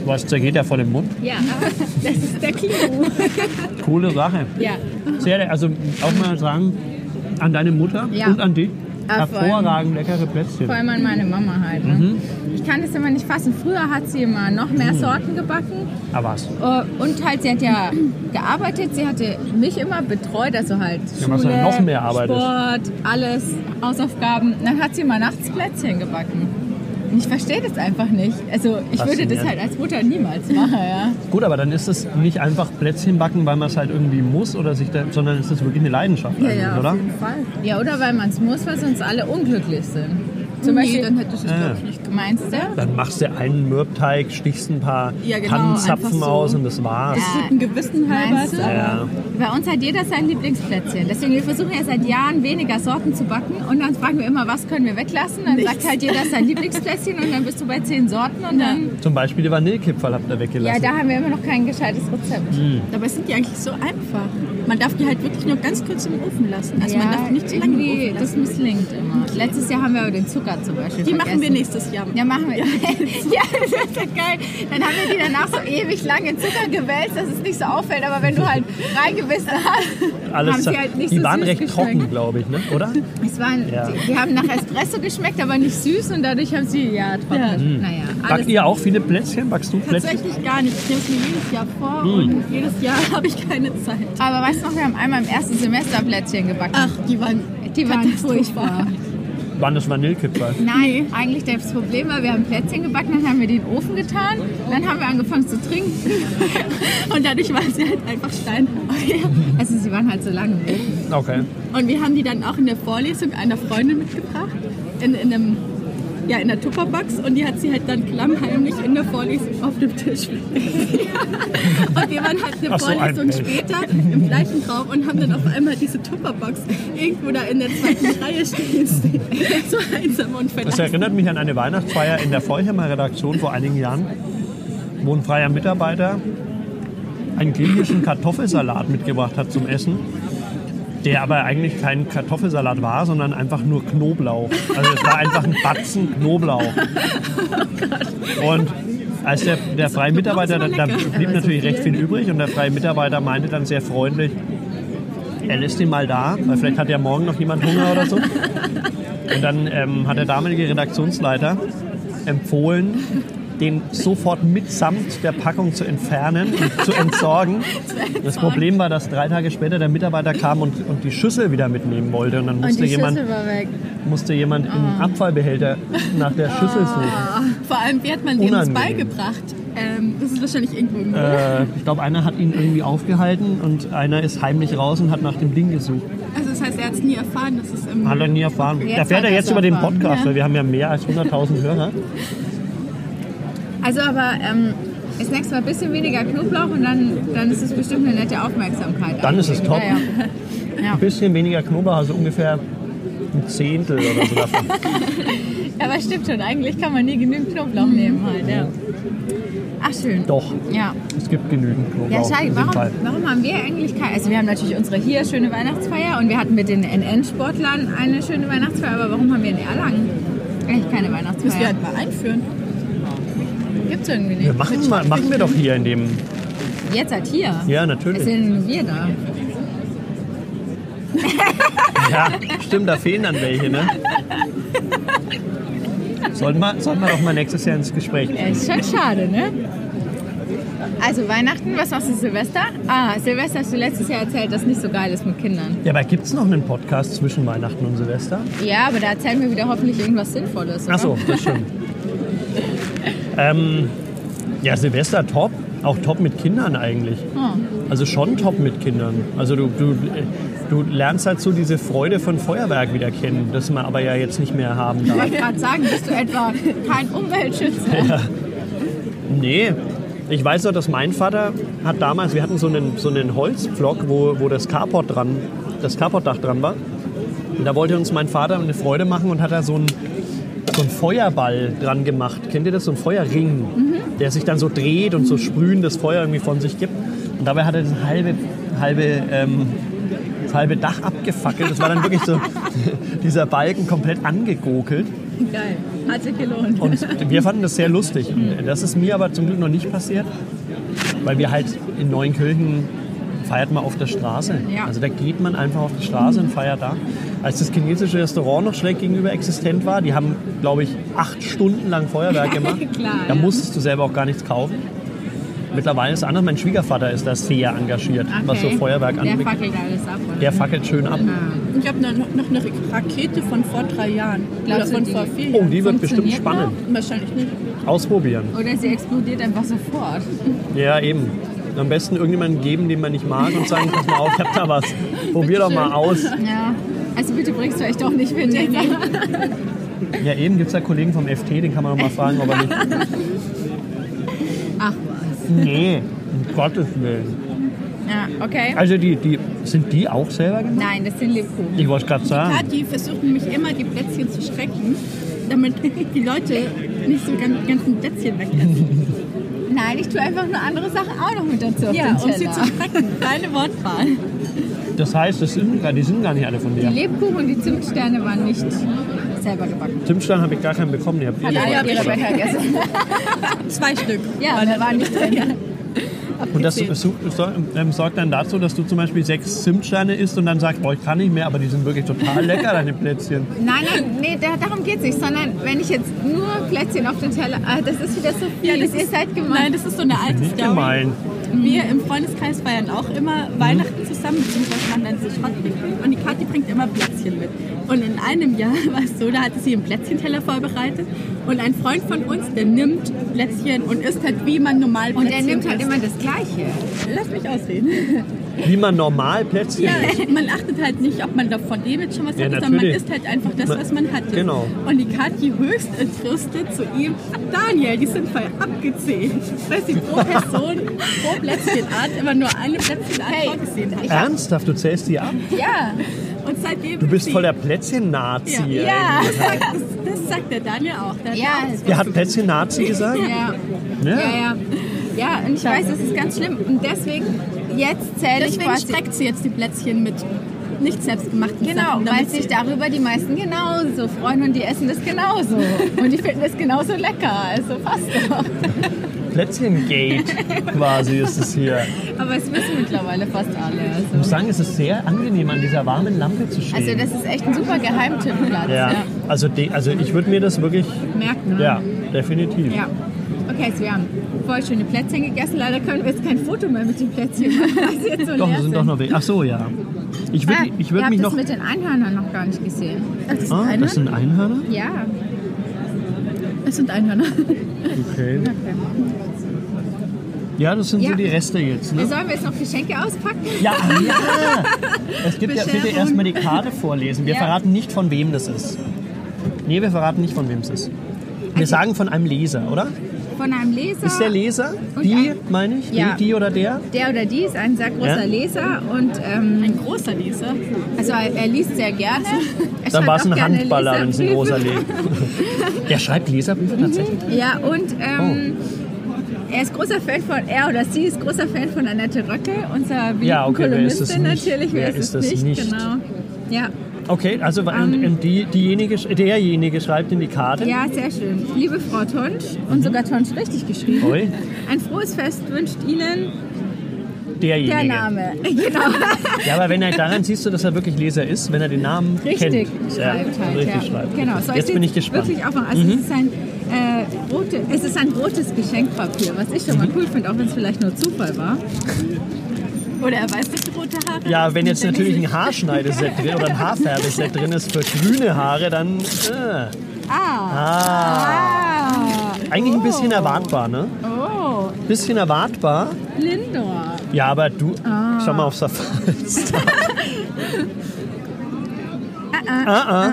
Speaker 1: Was zergeht ja voll im Mund?
Speaker 2: Ja, das ist der Clou.
Speaker 1: Coole Sache.
Speaker 2: Ja.
Speaker 1: Sehr, also auch mal sagen an deine Mutter
Speaker 2: Ja.
Speaker 1: und an dich.
Speaker 2: Ja, vor allem-
Speaker 1: Hervorragend leckere
Speaker 2: Vor
Speaker 1: Plätzchen.
Speaker 2: allem an meine Mama halt. Ne? Ich kann das immer nicht fassen. Früher hat sie immer noch mehr Sorten gebacken.
Speaker 1: Aber Ah, was?
Speaker 2: Äh, Und halt, sie hat ja gearbeitet, sie hatte mich immer betreut, also halt
Speaker 1: Ja, was
Speaker 2: Schule,
Speaker 1: dann noch mehr Arbeit ist.
Speaker 2: Sport, alles, Hausaufgaben. Dann hat sie mal nachts Plätzchen gebacken. Und Ich verstehe das einfach nicht. Also ich würde das
Speaker 1: Faszinierend.
Speaker 2: halt als Mutter niemals machen, ja.
Speaker 1: Gut, aber dann ist es nicht einfach Plätzchen backen, weil man es halt irgendwie muss oder sich da, sondern es ist wirklich eine Leidenschaft eigentlich, oder?
Speaker 2: Fall. Ja, oder weil man es muss, weil sonst alle unglücklich sind. Zum
Speaker 3: Nee,
Speaker 2: Beispiel,
Speaker 3: dann hätte ich es,
Speaker 1: Ja.
Speaker 3: glaube ich, nicht gemacht.
Speaker 2: meinst du?
Speaker 1: Dann machst du einen Mürbteig, stichst ein paar
Speaker 3: Ja, genau,
Speaker 1: Tannenzapfen
Speaker 3: einfach so.
Speaker 1: aus und das war's.
Speaker 2: Ja.
Speaker 3: Guten Gewissen
Speaker 2: Meinst
Speaker 3: halber.
Speaker 2: du?
Speaker 1: Ja.
Speaker 2: Bei uns hat jeder sein Lieblingsplätzchen. Deswegen, wir versuchen ja seit Jahren weniger Sorten zu backen. Und dann fragen wir immer, was können wir weglassen? Dann
Speaker 3: Nichts.
Speaker 2: sagt halt jeder sein Lieblingsplätzchen und dann bist du bei zehn Sorten. Und dann,
Speaker 1: Zum Beispiel die Vanillekipferl habt ihr
Speaker 2: ja,
Speaker 1: weggelassen.
Speaker 2: da haben wir immer noch kein gescheites Rezept.
Speaker 1: Hm.
Speaker 3: Dabei sind die eigentlich so einfach. Man darf die halt wirklich nur ganz kurz im Ofen lassen. Also
Speaker 2: ja,
Speaker 3: man darf nicht zu lange im
Speaker 2: irgendwie,
Speaker 3: Ofen
Speaker 2: das
Speaker 3: lassen.
Speaker 2: misslingt immer. ne? Letztes Jahr haben wir aber den Zucker zum Beispiel
Speaker 3: Die machen wir
Speaker 2: vergessen.
Speaker 3: nächstes Jahr.
Speaker 2: Ja, machen wir. Ja, das ist ja geil. Dann haben wir die danach so ewig lange in Zucker gewälzt, dass es nicht so auffällt. Aber wenn du halt reingebissen hast, haben
Speaker 1: Alles
Speaker 2: sie halt nicht
Speaker 1: die
Speaker 2: so
Speaker 1: waren
Speaker 2: süß
Speaker 1: recht
Speaker 2: geschmeckt.
Speaker 1: trocken, glaube ich, ne? oder?
Speaker 2: Es waren,
Speaker 1: Ja.
Speaker 2: die, die haben nach Espresso geschmeckt, aber nicht süß und dadurch haben sie, ja, trocken.
Speaker 3: Ja.
Speaker 2: Naja, alles.
Speaker 1: Hm. Backt ihr auch viele Plätzchen? Backst du Plätzchen?
Speaker 3: Tatsächlich gar nicht. Ich nehme es mir jedes Jahr vor und jedes Jahr habe ich keine Zeit.
Speaker 2: Aber weißt du noch, wir haben einmal im ersten Semester Plätzchen gebacken.
Speaker 3: Ach, die waren,
Speaker 2: die waren
Speaker 3: Katastrophe.
Speaker 2: furchtbar.
Speaker 1: Waren das Vanillekipferl?
Speaker 2: Nein, eigentlich das Problem war, wir haben Plätzchen gebacken, dann haben wir die in den Ofen getan, dann haben wir angefangen zu trinken.
Speaker 3: Und dadurch waren sie halt einfach steinhart.
Speaker 2: Also sie waren halt so lange im Ofen.
Speaker 1: Okay.
Speaker 3: Und wir haben die dann auch in der Vorlesung einer Freundin mitgebracht, in, in einem, ja, in der Tupperbox. Und die hat sie halt dann klammheimlich in der Vorlesung auf dem Tisch. und wir waren halt eine
Speaker 1: Ach so, ein
Speaker 3: Vorlesung
Speaker 1: Mensch.
Speaker 3: später im gleichen Raum und haben dann auf einmal diese Tupperbox irgendwo da in der zweiten Reihe stehen sehen. So einsam und
Speaker 1: Das
Speaker 3: verlassen.
Speaker 1: erinnert mich an eine Weihnachtsfeier in der Volkheimer Redaktion vor einigen Jahren, wo ein freier Mitarbeiter einen griechischen Kartoffelsalat mitgebracht hat zum Essen, der aber eigentlich kein Kartoffelsalat war, sondern einfach nur Knoblauch. Also es war einfach ein Batzen Knoblauch. Und als der, der freie Mitarbeiter, da, da blieb natürlich recht viel übrig und der freie Mitarbeiter meinte dann sehr freundlich, er lässt ihn mal da, weil vielleicht hat ja morgen noch jemand Hunger oder so. Und dann ähm, hat der damalige Redaktionsleiter empfohlen, den sofort mitsamt der Packung zu entfernen und zu entsorgen. Das Problem war, dass drei Tage später der Mitarbeiter kam und, und die Schüssel wieder mitnehmen wollte. Und dann
Speaker 2: Und
Speaker 1: musste
Speaker 2: die
Speaker 1: jemand,
Speaker 2: Schüssel war weg. Ah.
Speaker 1: musste jemand im Abfallbehälter nach der Schüssel suchen.
Speaker 3: Vor allem, wie hat man denen das
Speaker 1: Unangenehm.
Speaker 3: beigebracht? Ähm, das ist wahrscheinlich irgendwo im Müll.
Speaker 1: Äh, ich glaube, einer hat ihn irgendwie aufgehalten und einer ist heimlich raus und hat nach dem Ding gesucht.
Speaker 3: Also das heißt, er hat es nie erfahren, dass es im
Speaker 1: Hat er nie erfahren.
Speaker 2: Jetzt
Speaker 1: da fährt
Speaker 2: hat
Speaker 1: er
Speaker 2: er's
Speaker 1: jetzt über den
Speaker 2: erfahren.
Speaker 1: Podcast,
Speaker 3: Ja.
Speaker 1: weil wir haben ja mehr als 100.000 Hörer.
Speaker 2: Also aber ähm, das nächste Mal ein bisschen weniger Knoblauch und dann, dann ist es bestimmt eine nette Aufmerksamkeit.
Speaker 1: Dann ist es top.
Speaker 2: Ja,
Speaker 1: Ein bisschen weniger Knoblauch, also ungefähr ein Zehntel oder so davon.
Speaker 2: ja. Aber stimmt schon, eigentlich kann man nie genügend Knoblauch nehmen halt, ja. Ach schön.
Speaker 1: Doch,
Speaker 2: Ja.
Speaker 1: es gibt genügend Knoblauch.
Speaker 2: Ja, schade,
Speaker 1: auf jeden
Speaker 2: warum,
Speaker 1: Fall.
Speaker 2: warum haben wir eigentlich keine... Also wir haben natürlich unsere hier schöne Weihnachtsfeier und wir hatten mit den NN-Sportlern eine schöne Weihnachtsfeier, aber warum haben wir in Erlangen eigentlich keine
Speaker 3: Müssen wir
Speaker 2: Weihnachtsfeier?
Speaker 3: halt mal einführen.
Speaker 2: Gibt es irgendwie
Speaker 1: Wir
Speaker 2: nicht.
Speaker 1: machen, mal, machen wir doch hier in dem.
Speaker 2: Jetzt halt hier.
Speaker 1: Ja,
Speaker 2: Es
Speaker 1: natürlich.
Speaker 2: sind wir da. Also-
Speaker 1: Ja, stimmt, da fehlen dann welche, ne? Sollten wir, sollten wir doch mal nächstes Jahr ins Gespräch.
Speaker 2: Ja, ist schon schade, ne? Also Weihnachten, was machst du Silvester? Ah, Silvester hast du letztes Jahr erzählt, dass nicht so geil ist mit Kindern.
Speaker 1: Ja, aber gibt es noch einen Podcast zwischen Weihnachten und Silvester?
Speaker 2: Ja, aber da erzählen wir wieder hoffentlich irgendwas Sinnvolles. oder?
Speaker 1: Ach so, das stimmt. ähm, ja, Silvester top. Auch top mit Kindern eigentlich. Also schon top mit Kindern. Also du, du, du lernst halt so diese Freude von Feuerwerk wieder kennen, das man aber ja jetzt nicht mehr haben
Speaker 2: Ich
Speaker 1: darf.
Speaker 2: wollte gerade sagen, bist du etwa kein Umweltschützer?
Speaker 1: Nee. Ich weiß noch, dass mein Vater hat damals, wir hatten so einen, so einen Holzpflock, wo, wo das Carport dran, das Carportdach dran war. Und da wollte uns mein Vater eine Freude machen und hat da so einen, so einen Feuerball dran gemacht. Kennt ihr das? So einen Feuerring, der sich dann so dreht und so sprühendes Feuer irgendwie von sich gibt. Und dabei hat er das halbe, halbe, ähm, das halbe Dach abgefackelt. Das war dann wirklich so dieser Balken komplett angegokelt.
Speaker 3: Geil. Hat sich gelohnt.
Speaker 1: Und wir fanden das sehr lustig. Und das ist mir aber zum Glück noch nicht passiert, weil wir halt in Neunkirchen feiert man auf der Straße.
Speaker 2: Ja.
Speaker 1: Also da geht man einfach auf die Straße und feiert da. Als das chinesische Restaurant noch schräg gegenüber existent war, die haben, glaube ich, acht Stunden lang Feuerwerk gemacht.
Speaker 2: Klar,
Speaker 1: da
Speaker 2: ja.
Speaker 1: musstest du selber auch gar nichts kaufen. Mittlerweile ist es anders. Mein Schwiegervater ist da sehr engagiert, was so
Speaker 2: Okay.
Speaker 1: Feuerwerk
Speaker 2: Der
Speaker 1: angeht.
Speaker 2: fackelt alles ab, oder?
Speaker 1: Der fackelt schön ab.
Speaker 3: Ich habe noch, noch eine Rakete von vor drei Jahren. Oder
Speaker 2: Glaubst du,
Speaker 3: von
Speaker 2: die-
Speaker 3: vor vier
Speaker 1: Oh,
Speaker 3: Jahren.
Speaker 1: die wird bestimmt
Speaker 2: Funktioniert noch?
Speaker 1: spannend.
Speaker 3: Wahrscheinlich nicht.
Speaker 1: Ausprobieren.
Speaker 2: Oder sie explodiert einfach sofort.
Speaker 1: Ja, eben. Am besten irgendjemanden geben, den man nicht mag und sagen, pass mal auf, ich hab da was. Probier doch mal aus.
Speaker 2: Ja. Also bitte bringst du euch doch nicht mit.
Speaker 1: Ja, eben gibt's da Kollegen vom FT, den kann man doch mal fragen, ob er nicht...
Speaker 2: Ach
Speaker 1: Nee, um Gottes Willen.
Speaker 2: Ja, okay.
Speaker 1: Also die, die, sind die auch selber gemacht?
Speaker 2: Nein, das sind Lebkuchen.
Speaker 1: Ich wollte gerade sagen.
Speaker 3: Kathi versucht nämlich immer, die Plätzchen zu strecken, damit die Leute nicht so ganz, ganzen Plätzchen wegessen.
Speaker 2: Nein, ich tue einfach nur andere Sachen auch noch mit dazu auf den
Speaker 3: um sie
Speaker 2: Teller.
Speaker 3: zu strecken. Deine Wortwahl.
Speaker 1: Das heißt, das sind, gar- die sind gar nicht alle von
Speaker 2: Die
Speaker 1: dir.
Speaker 2: Lebkuchen und die Zimtsterne waren nicht selber gebacken.
Speaker 1: Zimtstein habe ich gar keinen bekommen. Die habt ihr
Speaker 2: Ja,
Speaker 1: selber
Speaker 2: ja, wir
Speaker 1: gemacht.
Speaker 2: Rebecca gegessen.
Speaker 3: Zwei Stück.
Speaker 2: Ja,
Speaker 3: Waren
Speaker 2: wir waren nicht drin.
Speaker 1: Und das
Speaker 3: abgezählt.
Speaker 1: su- so- ähm, sorgt dann dazu, dass du zum Beispiel sechs Zimtsteine isst und dann sagst, boah, ich kann nicht mehr, aber die sind wirklich total lecker, deine Plätzchen.
Speaker 2: Nein, nein, nee, da, darum geht es nicht, sondern wenn ich jetzt nur Plätzchen auf den Teller. Ah, das ist wieder so viel,
Speaker 3: Ja, das
Speaker 2: ihr
Speaker 3: ist-
Speaker 2: seid
Speaker 3: Nein,
Speaker 2: gemein.
Speaker 3: das ist so eine alte
Speaker 1: Nicht
Speaker 3: Story.
Speaker 1: gemein.
Speaker 3: Wir im Freundeskreis feiern auch immer Weihnachten zusammen, beziehungsweise man nennt sich Schrottpickel. Und die Kathi bringt immer Plätzchen mit. Und in einem Jahr war es so, da hatte sie einen Plätzchenteller vorbereitet. Und ein Freund von uns, der nimmt Plätzchen und isst halt, wie man normal
Speaker 2: Und
Speaker 3: Plätzchen
Speaker 2: er nimmt halt
Speaker 3: isst.
Speaker 2: immer das Gleiche.
Speaker 3: Lass mich ausreden.
Speaker 1: Wie man normal Plätzchen
Speaker 3: Ja,
Speaker 1: isst.
Speaker 3: man achtet halt nicht, ob man davon dem jetzt schon was
Speaker 1: Ja,
Speaker 3: hatte, sondern man
Speaker 1: natürlich.
Speaker 3: isst halt einfach das,
Speaker 1: Man-
Speaker 3: was man hatte.
Speaker 1: Genau.
Speaker 3: Und die Kathi höchst entrüstet zu ihm, Daniel, die sind voll abgezählt. Weil sie pro Person, pro Plätzchenart immer nur eine Plätzchenart
Speaker 2: Hey,
Speaker 3: vorgesehen hat.
Speaker 1: Ernsthaft, du zählst die ab?
Speaker 2: Ja.
Speaker 3: Und seitdem
Speaker 1: Du bist
Speaker 3: sie-
Speaker 1: voll der Plätzchen-Nazi.
Speaker 3: Ja.
Speaker 1: ey.
Speaker 2: Ja.
Speaker 3: das sagt, das, das sagt der Daniel auch. Der hat
Speaker 2: Ja,
Speaker 3: auch-
Speaker 2: es
Speaker 1: Ihr habt Plätzchen-Nazi gesagt?
Speaker 2: Ja.
Speaker 1: Ne?
Speaker 2: Ja, ja. Ja, und ich weiß, das ist ganz schlimm. Und deswegen, jetzt zähle ich
Speaker 3: Deswegen
Speaker 2: quasi.
Speaker 3: streckt sie jetzt die Plätzchen mit nicht selbstgemachten
Speaker 2: Genau,
Speaker 3: Sachen.
Speaker 2: weil
Speaker 3: damit sie-
Speaker 2: sich darüber die meisten
Speaker 3: genau.
Speaker 2: genauso freuen Genau und die essen das genauso. Und die finden das genauso lecker. Also passt doch.
Speaker 1: Plätzchen-Gate quasi ist es hier.
Speaker 3: Aber es wissen mittlerweile fast alle.
Speaker 1: Ich muss
Speaker 3: Also,
Speaker 1: sagen, es ist sehr angenehm, an dieser warmen Lampe zu
Speaker 3: also
Speaker 1: stehen.
Speaker 3: das ist echt ein super Geheimtippplatz.
Speaker 1: Hm. ja.
Speaker 3: Ja.
Speaker 1: Also, de, also ich würde mir das wirklich,
Speaker 3: Merkt man.
Speaker 1: ja, definitiv.
Speaker 3: Ja. Okay, also wir haben voll schöne Plätzchen gegessen. Leider können wir jetzt kein Foto mehr mit den Plätzchen machen, weil sie jetzt so
Speaker 1: Doch,
Speaker 3: leer
Speaker 1: es sind doch noch welche. Ach so, ja. Ich
Speaker 3: Ah,
Speaker 1: würde ich
Speaker 3: ihr
Speaker 1: würd
Speaker 3: habt
Speaker 1: mich
Speaker 3: das
Speaker 1: noch...
Speaker 3: mit den Einhörnern noch gar nicht gesehen.
Speaker 2: Das ist
Speaker 1: Ah, das sind Einhörner?
Speaker 3: Ja.
Speaker 2: Es sind Einhörner.
Speaker 1: Okay. Ja, das sind
Speaker 3: Ja.
Speaker 1: so die Reste jetzt, ne?
Speaker 3: Sollen wir jetzt noch Geschenke auspacken?
Speaker 1: Ja, ja. Es gibt ja bitte
Speaker 2: Bescherung.
Speaker 1: erstmal die Karte vorlesen. Wir
Speaker 3: Ja.
Speaker 1: verraten nicht, von wem das ist. Nee, wir verraten nicht, von wem es ist. Wir sagen von einem Leser, oder?
Speaker 3: Von einem Leser.
Speaker 1: Ist der Leser?
Speaker 3: Und
Speaker 1: Die,
Speaker 3: ein-
Speaker 1: meine ich?
Speaker 3: Ja.
Speaker 1: Die, die oder der?
Speaker 3: Der oder die ist ein sehr großer
Speaker 1: Ja.
Speaker 3: Leser und ähm,
Speaker 2: Ein großer Leser.
Speaker 3: also er, er liest sehr gerne. Er
Speaker 1: Dann
Speaker 3: schreibt
Speaker 1: war es
Speaker 3: auch
Speaker 1: ein
Speaker 3: gerne
Speaker 1: Handballer, wenn es ein
Speaker 3: Leserbriefe.
Speaker 1: großer Leser Der schreibt Leserbriefe
Speaker 3: Mhm.
Speaker 1: tatsächlich?
Speaker 3: Ja, und ähm,
Speaker 1: Oh.
Speaker 3: er ist großer Fan von, er oder sie ist großer Fan von Annette Röckel, unserer beliebten
Speaker 1: Ja, okay, wer ist es
Speaker 3: Kolumnistin
Speaker 1: nicht?
Speaker 3: natürlich.
Speaker 1: Wer ist es nicht?
Speaker 3: Genau. Ja.
Speaker 1: Okay, also
Speaker 3: Ähm.
Speaker 1: und, und die, diejenige, sch- derjenige schreibt in die Karte.
Speaker 3: ja, sehr schön. Liebe Frau Tonsch, und sogar Tonsch richtig geschrieben.
Speaker 1: Oi,
Speaker 3: Ein frohes Fest wünscht Ihnen
Speaker 1: derjenige.
Speaker 3: der Name. Genau.
Speaker 1: Ja, aber wenn er daran siehst du, dass er wirklich Leser ist, wenn er den Namen
Speaker 3: Richtig
Speaker 1: kennt.
Speaker 3: schreibt
Speaker 1: ja,
Speaker 3: halt.
Speaker 1: Richtig
Speaker 3: ja.
Speaker 1: schreibt.
Speaker 3: Genau. So,
Speaker 1: Jetzt bin ich
Speaker 3: steht's
Speaker 1: gespannt. Mhm.
Speaker 3: Wirklich auch mal. Also es, ist ein, äh, rote, es ist ein rotes Geschenkpapier, was ich schon
Speaker 1: Mhm.
Speaker 3: mal cool finde, auch wenn es vielleicht nur Zufall war.
Speaker 2: Oder er weiß, dass du rote Haare
Speaker 1: Ja,
Speaker 2: hast.
Speaker 1: wenn jetzt
Speaker 2: Dann
Speaker 1: natürlich
Speaker 2: ist
Speaker 1: ein Haarschneideset drin oder ein Haarfärbeset drin ist für grüne Haare, dann. Äh. Ah.
Speaker 3: Ah.
Speaker 1: Eigentlich ein bisschen erwartbar, ne?
Speaker 3: Oh,
Speaker 1: Bisschen erwartbar.
Speaker 3: Lindor.
Speaker 1: Ja, aber du. Schau mal auf Safari. ah, ah.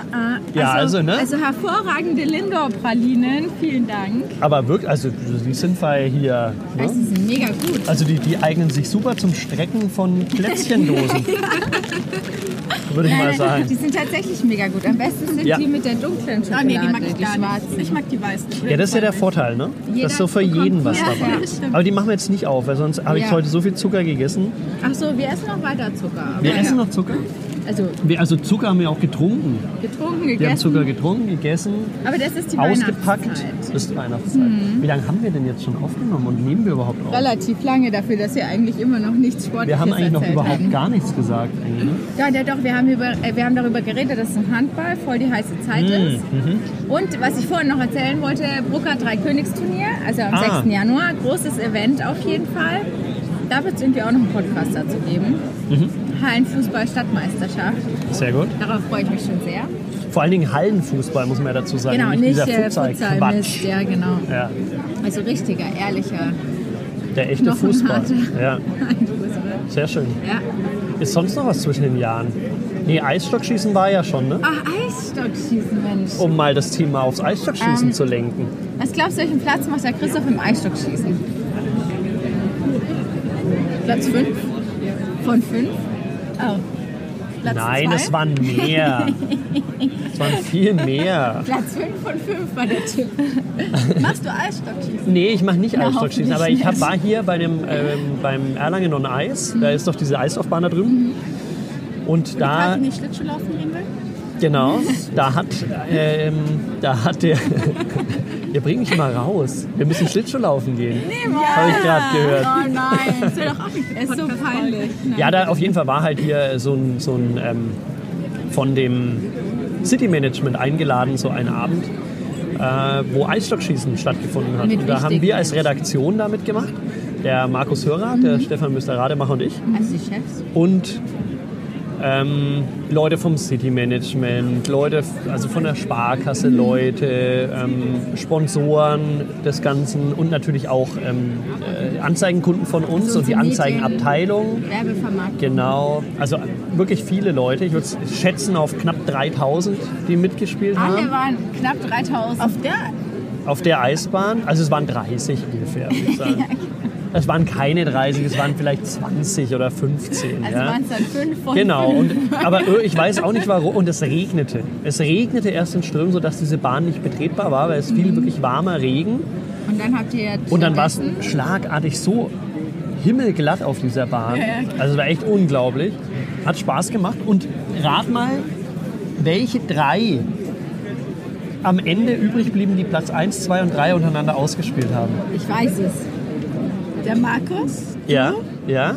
Speaker 1: Ja, also, ne?
Speaker 3: Also hervorragende Lindor-Pralinen, vielen Dank.
Speaker 1: Aber wirklich, also die sind bei hier.
Speaker 3: Das
Speaker 1: Ne?
Speaker 3: ist mega gut.
Speaker 1: Also die, die eignen sich super zum Strecken von Plätzchendosen. Würde ich mal
Speaker 3: Die
Speaker 1: sagen.
Speaker 3: sind tatsächlich mega gut. Am besten sind
Speaker 1: Ja.
Speaker 3: die mit der dunklen
Speaker 2: Ah,
Speaker 3: Schokolade,
Speaker 2: nee, die mag ich
Speaker 3: die
Speaker 2: gar nicht.
Speaker 3: schwarzen.
Speaker 2: Ich mag die weißen.
Speaker 1: Ja, das ist ja der Vorteil, ne?
Speaker 3: Jeder
Speaker 1: Das ist so für
Speaker 3: bekommt
Speaker 1: jeden was
Speaker 3: was.
Speaker 1: dabei.
Speaker 3: Ja,
Speaker 2: das stimmt.
Speaker 1: Aber die machen wir jetzt nicht auf, weil sonst habe ich
Speaker 3: Ja.
Speaker 1: heute so viel Zucker gegessen.
Speaker 3: Ach so, wir essen noch weiter Zucker. aber
Speaker 1: Wir
Speaker 3: ja.
Speaker 1: essen noch Zucker?
Speaker 3: Also
Speaker 1: Wir, also Zucker haben wir auch getrunken.
Speaker 3: getrunken,
Speaker 1: Wir haben
Speaker 3: gegessen.
Speaker 1: Zucker getrunken, gegessen,
Speaker 3: Aber das ist die
Speaker 1: ausgepackt.
Speaker 3: Weihnachtszeit. Mhm.
Speaker 1: Das ist die Weihnachtszeit. Wie lange haben wir denn jetzt schon aufgenommen und nehmen wir überhaupt auf?
Speaker 3: Relativ lange dafür, dass wir eigentlich immer noch nichts Sportliches
Speaker 1: Wir haben eigentlich noch
Speaker 3: erzählt
Speaker 1: überhaupt
Speaker 3: haben.
Speaker 1: gar nichts gesagt. eigentlich, Ne?
Speaker 3: Ja, ja, doch, wir haben, über, äh, wir haben darüber geredet, dass ein Handball voll die heiße Zeit
Speaker 1: Hm,
Speaker 3: ist.
Speaker 1: mhm.
Speaker 3: Und was ich vorhin noch erzählen wollte, Brucker Dreikönigsturnier, also am
Speaker 1: Ah.
Speaker 3: 6. Januar, großes Event auf jeden Fall. Da wird es irgendwie auch noch einen Podcast dazu geben.
Speaker 1: Mhm.
Speaker 3: Hallenfußball-Stadtmeisterschaft.
Speaker 1: Sehr gut.
Speaker 3: Darauf freue ich mich schon sehr.
Speaker 1: Vor allen Dingen Hallenfußball, muss man ja dazu sagen.
Speaker 3: genau,
Speaker 1: nicht,
Speaker 3: nicht
Speaker 1: dieser
Speaker 3: äh, Futsal-Mist.
Speaker 1: Futsal-Quatsch.
Speaker 3: Ja, genau.
Speaker 1: Ja,
Speaker 3: Also richtiger, ehrlicher
Speaker 1: der echte Fußball.
Speaker 3: Knochenharte.
Speaker 1: Ja,
Speaker 3: Fußball.
Speaker 1: sehr schön.
Speaker 3: Ja.
Speaker 1: Ist sonst noch was zwischen den Jahren? Nee, Eisstockschießen war ja schon, ne?
Speaker 2: Ah,
Speaker 3: Ach, Ah, Eisstockschießen, Mensch.
Speaker 1: Um mal das Thema aufs Eisstockschießen
Speaker 3: Ähm.
Speaker 1: zu lenken.
Speaker 3: Was glaubst du, welchen Platz macht der Christoph im Eisstockschießen?
Speaker 2: Platz 5.
Speaker 3: Von fünf? Oh.
Speaker 2: Platz
Speaker 1: Nein,
Speaker 2: zwei.
Speaker 1: es waren mehr. es waren viel mehr.
Speaker 3: Platz fünf von fünf war der Tipp.
Speaker 2: Machst du Eisstockschießen?
Speaker 1: Nee, ich mache nicht
Speaker 3: hoffentlich
Speaker 1: Eisstockschießen, aber ich hab,
Speaker 3: nicht.
Speaker 1: war hier bei dem, ähm, beim Erlangen on Eis. Da ist doch diese Eislaufbahn da drüben. Und
Speaker 2: Kann
Speaker 1: da,
Speaker 2: ich nicht Schlittschuh laufen gehen will?
Speaker 1: genau, da hat, ähm, da hat der. Ihr bringt mich mal raus. Wir müssen Schlittschuh laufen gehen. Nee, Habe ich gerade gehört.
Speaker 3: Oh nein.
Speaker 2: Das wäre doch auch nicht
Speaker 3: Es ist so peinlich.
Speaker 1: Ja, da auf jeden Fall war halt hier so ein, so ein ähm, von dem City Management eingeladen, so ein Abend, äh, wo Eisstockschießen stattgefunden hat.
Speaker 3: Mit
Speaker 1: Und da haben
Speaker 3: wichtigen
Speaker 1: wir als
Speaker 3: Menschen.
Speaker 1: Redaktion da mitgemacht. Der Markus Hörer,
Speaker 3: Mhm.
Speaker 1: der Stefan Müster-Rademacher und ich.
Speaker 3: Also die Chefs?
Speaker 1: Und ähm, Leute vom City Management, Leute f- also von der Sparkasse,
Speaker 3: Mhm.
Speaker 1: Leute, ähm, Sponsoren des Ganzen und natürlich auch ähm, äh, Anzeigenkunden von uns
Speaker 3: Also
Speaker 1: und die
Speaker 3: Medien.
Speaker 1: Anzeigenabteilung.
Speaker 3: Werbevermarktung.
Speaker 1: Genau, also wirklich viele Leute. Ich würde schätzen auf knapp 3000, die mitgespielt
Speaker 3: Alle
Speaker 1: haben
Speaker 3: waren knapp 3000.
Speaker 2: Auf der
Speaker 1: auf der Eisbahn. Also es waren 30 ungefähr, würde ich sagen.
Speaker 3: genau.
Speaker 1: Es waren keine 30, es waren vielleicht 20 oder 15.
Speaker 3: also
Speaker 1: ja.
Speaker 3: waren es dann fünf von
Speaker 1: Genau,
Speaker 3: fünf.
Speaker 1: und, aber äh, ich weiß auch nicht warum. Und es regnete. Es regnete erst in Strömen, sodass diese Bahn nicht betretbar war, weil es fiel wirklich warmer Regen.
Speaker 3: Und dann habt ihr
Speaker 1: Und dann war es
Speaker 3: stattdessen-
Speaker 1: schlagartig so himmelglatt auf dieser Bahn. Also es war echt unglaublich. Hat Spaß gemacht. Und rat mal, welche drei am Ende übrig blieben, die Platz 1, 2 und 3 untereinander ausgespielt haben.
Speaker 3: Ich weiß es.
Speaker 2: Der Markus,
Speaker 1: Ja. Ja?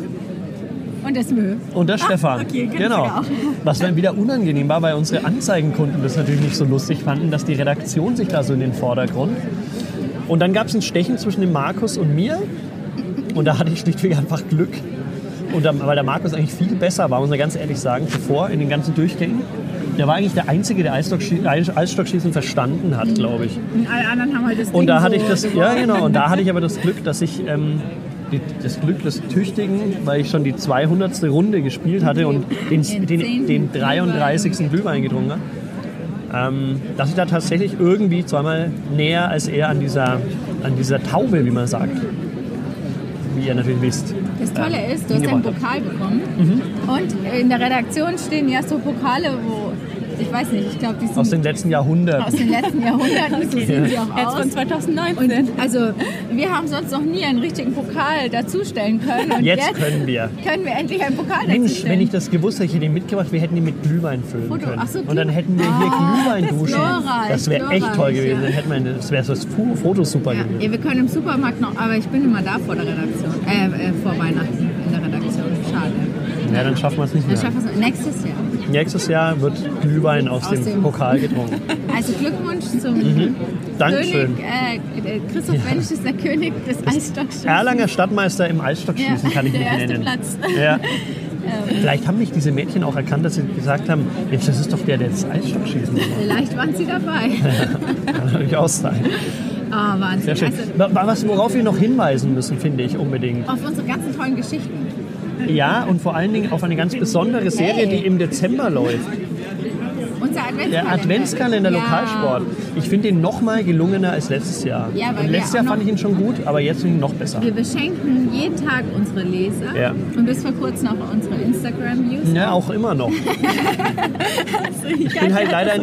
Speaker 2: Und das Müll.
Speaker 1: Und der Stefan.
Speaker 2: Ah, okay, kenn ich
Speaker 1: genau.
Speaker 2: sogar auch.
Speaker 1: Was dann wieder unangenehm war, weil unsere Anzeigenkunden das natürlich nicht so lustig fanden, dass die Redaktion sich da so in den Vordergrund. Und dann gab es ein Stechen zwischen dem Markus und mir. Und da hatte ich schlichtweg einfach Glück. Und dann, weil der Markus eigentlich viel besser war, muss man ganz ehrlich sagen, zuvor in den ganzen Durchgängen. Der war eigentlich der Einzige, der Eisstockschie- Eis- Eisstockschießen verstanden hat, glaube ich.
Speaker 2: Und alle anderen haben halt das
Speaker 1: Und
Speaker 2: Ding
Speaker 1: da hatte
Speaker 2: so
Speaker 1: ich das, ja
Speaker 2: gewonnen.
Speaker 1: genau, und da hatte ich aber das Glück, dass ich ähm, die, das Glück des Tüchtigen, weil ich schon die 200. Runde gespielt hatte und den,
Speaker 2: Den
Speaker 1: den, den
Speaker 2: zehnten
Speaker 1: 33. Glühwein getrunken habe, ähm, dass ich da tatsächlich irgendwie zweimal näher als er an dieser, an dieser Taube, wie man sagt, wie ihr natürlich wisst.
Speaker 2: Das Tolle ist, du hast einen
Speaker 1: hingebracht habe.
Speaker 2: Pokal bekommen.
Speaker 3: Mhm.
Speaker 2: Und in der Redaktion stehen ja so Pokale, wo, ich weiß nicht, ich glaube, die sind
Speaker 1: Aus den letzten Jahrhunderten.
Speaker 2: aus den letzten Jahrhunderten, so sehen sie auch
Speaker 3: Jetzt
Speaker 2: aus.
Speaker 3: von 2019.
Speaker 2: Also, wir haben sonst noch nie einen richtigen Pokal dazustellen können. Und
Speaker 1: Jetzt
Speaker 2: jetzt,
Speaker 1: können wir.
Speaker 2: können wir endlich einen Pokal
Speaker 1: Mensch,
Speaker 2: dazustellen.
Speaker 1: wenn ich das gewusst hätte, ich hätte den mitgebracht, wir hätten ihn mit Glühwein füllen
Speaker 2: Foto.
Speaker 1: können.
Speaker 2: Ach so,
Speaker 1: und dann
Speaker 2: Glüh-
Speaker 1: hätten wir hier Glühwein duschen.
Speaker 2: glorreich,
Speaker 1: das wäre echt
Speaker 2: glorreich,
Speaker 1: toll gewesen.
Speaker 2: ja.
Speaker 1: Dann hätten wir eine, das wäre so das Fu- Foto super
Speaker 2: ja,
Speaker 1: gewesen.
Speaker 2: ja, wir können im Supermarkt noch, aber ich bin immer da vor der Redaktion, äh, äh vor Weihnachten in der Redaktion. Schade.
Speaker 1: Ja, dann schaffen wir es nicht
Speaker 2: Dann
Speaker 1: mehr.
Speaker 2: schaffen wir es nächstes Jahr.
Speaker 1: Nächstes Jahr wird Glühwein aus,
Speaker 2: Aus
Speaker 1: dem,
Speaker 2: dem-
Speaker 1: Pokal getrunken.
Speaker 2: Also Glückwunsch zum
Speaker 1: Mhm. Dankeschön.
Speaker 2: König, äh, Christoph Mensch ist der König des Eisstockschießens.
Speaker 1: Erlanger Stadtmeister im Eisstockschießen
Speaker 2: Ja,
Speaker 1: kann ich
Speaker 2: der
Speaker 1: mich
Speaker 2: erste
Speaker 1: nennen.
Speaker 2: Platz. Ähm.
Speaker 1: Ja. Vielleicht haben mich diese Mädchen auch erkannt, dass sie gesagt haben, Mensch, das ist doch der, der das Eisstockschießen macht.
Speaker 2: Vielleicht waren sie dabei.
Speaker 1: Kann natürlich auch sein.
Speaker 2: Ah, Wahnsinn.
Speaker 1: Sehr schön.
Speaker 2: Also,
Speaker 1: Wa- wa- Was, worauf wir noch hinweisen müssen, finde ich unbedingt.
Speaker 2: auf unsere ganzen tollen Geschichten.
Speaker 1: Ja, und vor allen Dingen auf eine ganz besondere Serie, die im Dezember läuft.
Speaker 2: Unser Adventskalender.
Speaker 1: Der Adventskalender
Speaker 2: Ja.
Speaker 1: Lokalsport. Ich finde den noch mal gelungener als letztes Jahr.
Speaker 2: Ja, weil
Speaker 1: und
Speaker 2: wir
Speaker 1: letztes
Speaker 2: auch
Speaker 1: Jahr fand
Speaker 2: noch-
Speaker 1: ich ihn schon gut, aber jetzt finde ich ihn noch besser.
Speaker 2: Wir beschenken jeden Tag unsere Leser
Speaker 1: Ja.
Speaker 2: und bis vor kurzem auch unsere Instagram-News.
Speaker 1: Ja, auch immer noch. Ich bin halt leider,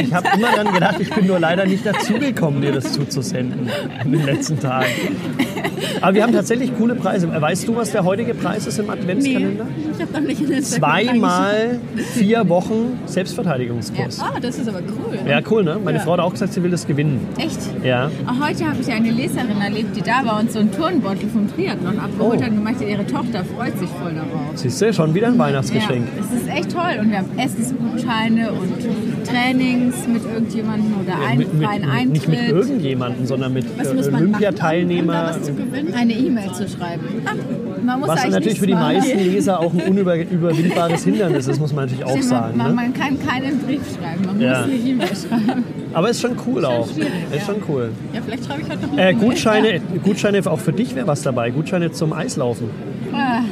Speaker 1: ich habe immer dann gedacht, ich bin nur leider nicht dazugekommen, dir das zuzusenden in den letzten Tagen. Aber wir haben tatsächlich coole Preise. Weißt du, was der heutige Preis ist im Adventskalender?
Speaker 3: Ich habe noch nicht in Instagram
Speaker 1: Zweimal vier Wochen Selbstverteidigungskurs.
Speaker 3: reingeschaut. Ah, das ist aber cool.
Speaker 1: Ja, cool, ne? Meine
Speaker 3: Ja.
Speaker 1: Frau hat auch gesagt, sie will das gewinnen.
Speaker 2: Echt?
Speaker 1: Ja.
Speaker 2: Auch heute habe ich eine Leserin erlebt, die da war und so einen Turnbeutel vom Triathlon abgeholt
Speaker 1: Oh.
Speaker 2: hat und meinte, ihre Tochter freut sich voll darauf.
Speaker 1: Siehst du, schon wieder ein Weihnachtsgeschenk.
Speaker 2: Ja, es ist echt toll und wir haben Essensgutscheine und Trainings mit irgendjemandem oder einen
Speaker 1: mit, mit,
Speaker 2: freien
Speaker 1: nicht mit
Speaker 2: Eintritt.
Speaker 1: irgendjemandem, sondern mit äh,
Speaker 3: Was muss man
Speaker 1: Olympiateilnehmer.
Speaker 3: machen, um da was zu gewinnen?
Speaker 2: Eine E-Mail zu schreiben. Man muss
Speaker 1: Was
Speaker 2: eigentlich
Speaker 1: natürlich
Speaker 2: nichts
Speaker 1: für die
Speaker 2: machen.
Speaker 1: meisten Leser auch ein unüberwindbares Hindernis ist, muss man natürlich auch
Speaker 2: Man-
Speaker 1: sagen.
Speaker 2: Man,
Speaker 1: Ne?
Speaker 2: man kann keinen Brief schreiben, man
Speaker 1: Ja.
Speaker 2: muss eine E-Mail schreiben.
Speaker 1: Aber ist schon cool auch. Ist schon cool.
Speaker 3: Ja, vielleicht schreibe ich heute noch eine
Speaker 1: Äh,
Speaker 3: E-Mail.
Speaker 1: Gutscheine, Gutscheine auch für dich wäre was dabei. Gutscheine zum Eislaufen.
Speaker 3: Ah.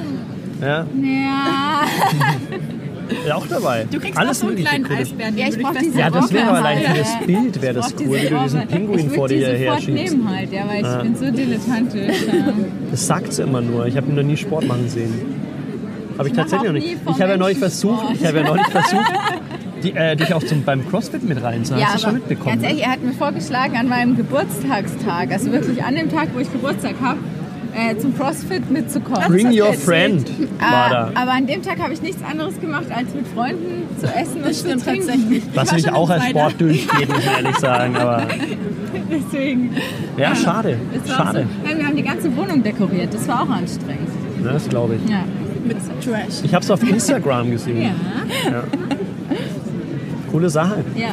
Speaker 1: Ja,
Speaker 2: Ja,
Speaker 1: ja auch dabei.
Speaker 3: Du kriegst
Speaker 1: Alles
Speaker 3: noch so einen
Speaker 1: mögliche
Speaker 3: kleinen
Speaker 1: coole.
Speaker 3: Eisbären. den
Speaker 2: Ja, ich
Speaker 3: würde
Speaker 2: brauch
Speaker 3: fest-
Speaker 2: diese
Speaker 1: Ja, das wäre aber allein für das
Speaker 2: Ja.
Speaker 1: Bild wäre das cool, wenn du diesen Pinguin vor dir her
Speaker 2: Ich würde die sofort
Speaker 1: schiebst.
Speaker 2: nehmen halt, ja, weil ich bin so dilettantisch. Ja.
Speaker 1: Das sagt sie immer nur. Ich habe ihn noch nie Sport machen sehen. Habe ich,
Speaker 2: Ich mach
Speaker 1: tatsächlich
Speaker 2: auch
Speaker 1: noch nicht.
Speaker 2: nie
Speaker 1: Ich
Speaker 2: vom
Speaker 1: habe ja neulich
Speaker 2: Menschen
Speaker 1: versucht,
Speaker 2: Sport.
Speaker 1: ich habe ja neulich versucht, die, äh, dich auch zum, beim CrossFit mit reinzuhaben.
Speaker 2: Ja,
Speaker 1: Hast du schon
Speaker 2: aber
Speaker 1: mitbekommen?
Speaker 2: Ganz
Speaker 1: ne?
Speaker 2: ehrlich, er hat mir vorgeschlagen, an meinem Geburtstagstag, also wirklich an dem Tag, wo ich Geburtstag habe, äh, zum CrossFit mitzukommen.
Speaker 1: Bring
Speaker 3: hat er
Speaker 1: your
Speaker 3: erzählt.
Speaker 1: friend war
Speaker 2: Ah,
Speaker 1: da.
Speaker 2: Aber an dem Tag habe ich nichts anderes gemacht, als mit Freunden zu essen und
Speaker 3: Das
Speaker 2: zu
Speaker 3: stimmt
Speaker 2: trinken.
Speaker 3: tatsächlich.
Speaker 1: Was
Speaker 3: war
Speaker 1: mich
Speaker 3: schon
Speaker 1: auch
Speaker 3: am
Speaker 1: als
Speaker 3: Freitag.
Speaker 1: Sport durchgeht, muss ich ehrlich sagen. Aber
Speaker 2: Deswegen.
Speaker 1: ja, schade.
Speaker 2: Es war
Speaker 1: Schade.
Speaker 2: So, ja, wir haben die ganze Wohnung dekoriert. Das war auch anstrengend.
Speaker 1: Ne, das glaube ich.
Speaker 2: Ja.
Speaker 3: Mit Trash.
Speaker 1: Ich habe es auf Instagram gesehen.
Speaker 2: Ja.
Speaker 1: Coole Sache.
Speaker 2: Ja.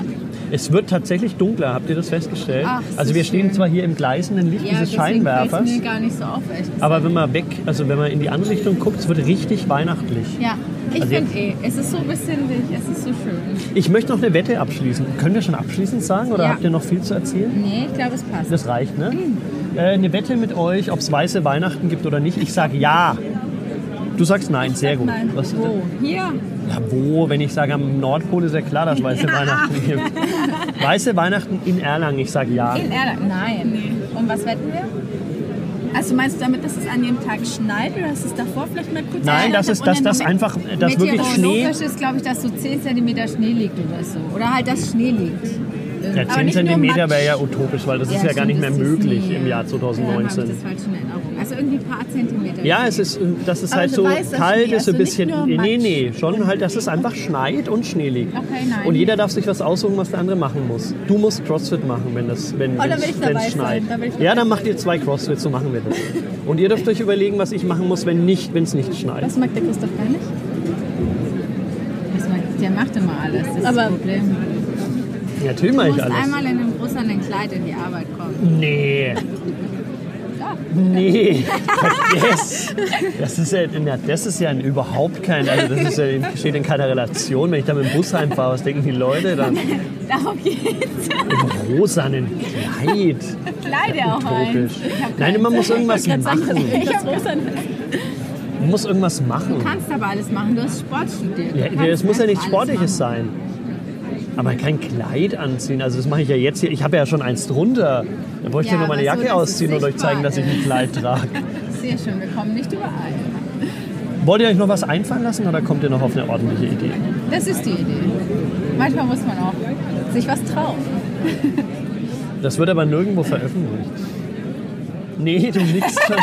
Speaker 1: Es wird tatsächlich dunkler, habt ihr das festgestellt?
Speaker 2: Ach, so
Speaker 1: also wir stehen
Speaker 2: schön.
Speaker 1: zwar hier im gleißenden Licht
Speaker 2: ja
Speaker 1: dieses
Speaker 2: deswegen fällt's
Speaker 1: Scheinwerfers,
Speaker 2: mir gar nicht so auf, ehrlich gesagt.
Speaker 1: aber wenn man weg, also wenn man in die andere Richtung guckt, es wird richtig weihnachtlich.
Speaker 2: Ja. Ich
Speaker 1: Also
Speaker 2: finde eh, es ist so besinnlich, es ist so schön.
Speaker 1: Ich möchte noch eine Wette abschließen. Können wir schon abschließend sagen oder
Speaker 2: Ja. Hm.
Speaker 1: habt ihr noch viel zu erzählen?
Speaker 2: Nee, ich glaube, es passt.
Speaker 1: Das reicht, ne? Äh, eine Wette mit euch, ob es weiße Weihnachten gibt oder nicht. Ich sage ja. Du sagst nein, sehr gut.
Speaker 3: nein.
Speaker 1: Was,
Speaker 2: Wo? Hier?
Speaker 1: ja, wo, wenn ich sage am Nordpol ist ja klar, dass es weiße Weihnachten gibt. Weiße Weihnachten in Erlangen, ich sage ja.
Speaker 2: In Erlangen? Nein. Und was wetten wir?
Speaker 3: Also meinst du damit, dass es an dem Tag schneit oder dass es davor vielleicht mal kurz
Speaker 1: Nein,
Speaker 3: geschneit
Speaker 1: das
Speaker 3: hat
Speaker 1: ist,
Speaker 3: und
Speaker 1: dass
Speaker 3: dann
Speaker 1: das
Speaker 3: noch-
Speaker 1: einfach, dass wirklich Schnee.
Speaker 2: Meteorologisch ist, glaube ich, dass so 10 cm Schnee liegt oder so. Oder halt, dass Schnee liegt.
Speaker 1: Ja,
Speaker 2: Aber
Speaker 1: 10
Speaker 2: nicht nur
Speaker 1: cm wäre
Speaker 2: Matsch.
Speaker 1: ja utopisch, weil das ist ja gar
Speaker 2: stimmt,
Speaker 1: nicht mehr
Speaker 2: das ist
Speaker 1: möglich
Speaker 2: nie-
Speaker 1: im Jahr
Speaker 2: Ja, dann hab
Speaker 1: 2019.
Speaker 2: ich das falsch in Erinnerung. Also irgendwie ein paar Zentimeter.
Speaker 1: Ja, es ist, äh, dass es
Speaker 2: Aber
Speaker 1: halt
Speaker 2: du
Speaker 1: so
Speaker 2: weißt das
Speaker 1: kalt
Speaker 2: Schnee,
Speaker 1: ist, so ein
Speaker 2: also nicht
Speaker 1: bisschen.
Speaker 2: nur
Speaker 1: Nee,
Speaker 2: Matsch.
Speaker 1: nee, schon halt, dass es einfach schneit und Schnee liegt.
Speaker 2: Okay, nein.
Speaker 1: Und jeder darf sich was aussuchen, was der andere machen muss. Du musst Crossfit machen, wenn es wenn,
Speaker 2: da
Speaker 1: wenn's-
Speaker 2: Oh, will ich
Speaker 1: wenn's
Speaker 2: dabei sein,
Speaker 1: schneit.
Speaker 2: da will ich
Speaker 1: ja,
Speaker 2: dabei
Speaker 1: dann macht ihr zwei Crossfits, so machen wir das. Und ihr dürft euch überlegen, was ich machen muss, wenn nicht, wenn es nicht schneit.
Speaker 3: Das mag der Christoph gar nicht.
Speaker 2: Das macht- Der macht immer alles. Das ist
Speaker 3: Aber-
Speaker 2: das Problem.
Speaker 1: Ja, natürlich
Speaker 2: Du
Speaker 1: mache ich
Speaker 2: musst
Speaker 1: alles.
Speaker 2: einmal in einem rosanen Kleid in die Arbeit kommen.
Speaker 1: Nee. Nee, vergiss. Das ist ja, na, das ist ja überhaupt kein, also das ist ja, steht in keiner Relation. Wenn ich da mit dem Bus heimfahre, was denken die Leute dann?
Speaker 2: Darum geht's.
Speaker 1: Rosanen Kleid.
Speaker 2: Kleider auch ein.
Speaker 1: Utopisch. Nein, man muss irgendwas machen.
Speaker 3: Ich das Rosane.
Speaker 1: Man muss irgendwas
Speaker 2: Du
Speaker 1: machen.
Speaker 2: kannst aber alles machen. Du hast Sport studiert. Du
Speaker 1: Ja,
Speaker 2: kannst
Speaker 1: das muss ja
Speaker 2: einfach
Speaker 1: nichts
Speaker 2: alles
Speaker 1: Sportliches
Speaker 2: machen.
Speaker 1: sein. Aber kein Kleid anziehen. Also das mache ich ja jetzt hier. Ich habe ja schon eins drunter. Da bräuchte ich
Speaker 2: Ja,
Speaker 1: ja nur meine
Speaker 2: aber
Speaker 1: Jacke
Speaker 2: so, dass es
Speaker 1: ausziehen und euch zeigen, dass ich ein Kleid trage.
Speaker 2: Sehr schön. Wir kommen nicht überall.
Speaker 1: Wollt ihr euch noch was einfallen lassen oder kommt ihr noch auf eine ordentliche Idee?
Speaker 2: Das ist die Idee. Manchmal muss man auch sich was trauen.
Speaker 1: Das wird aber nirgendwo veröffentlicht. Nee, du nix schon.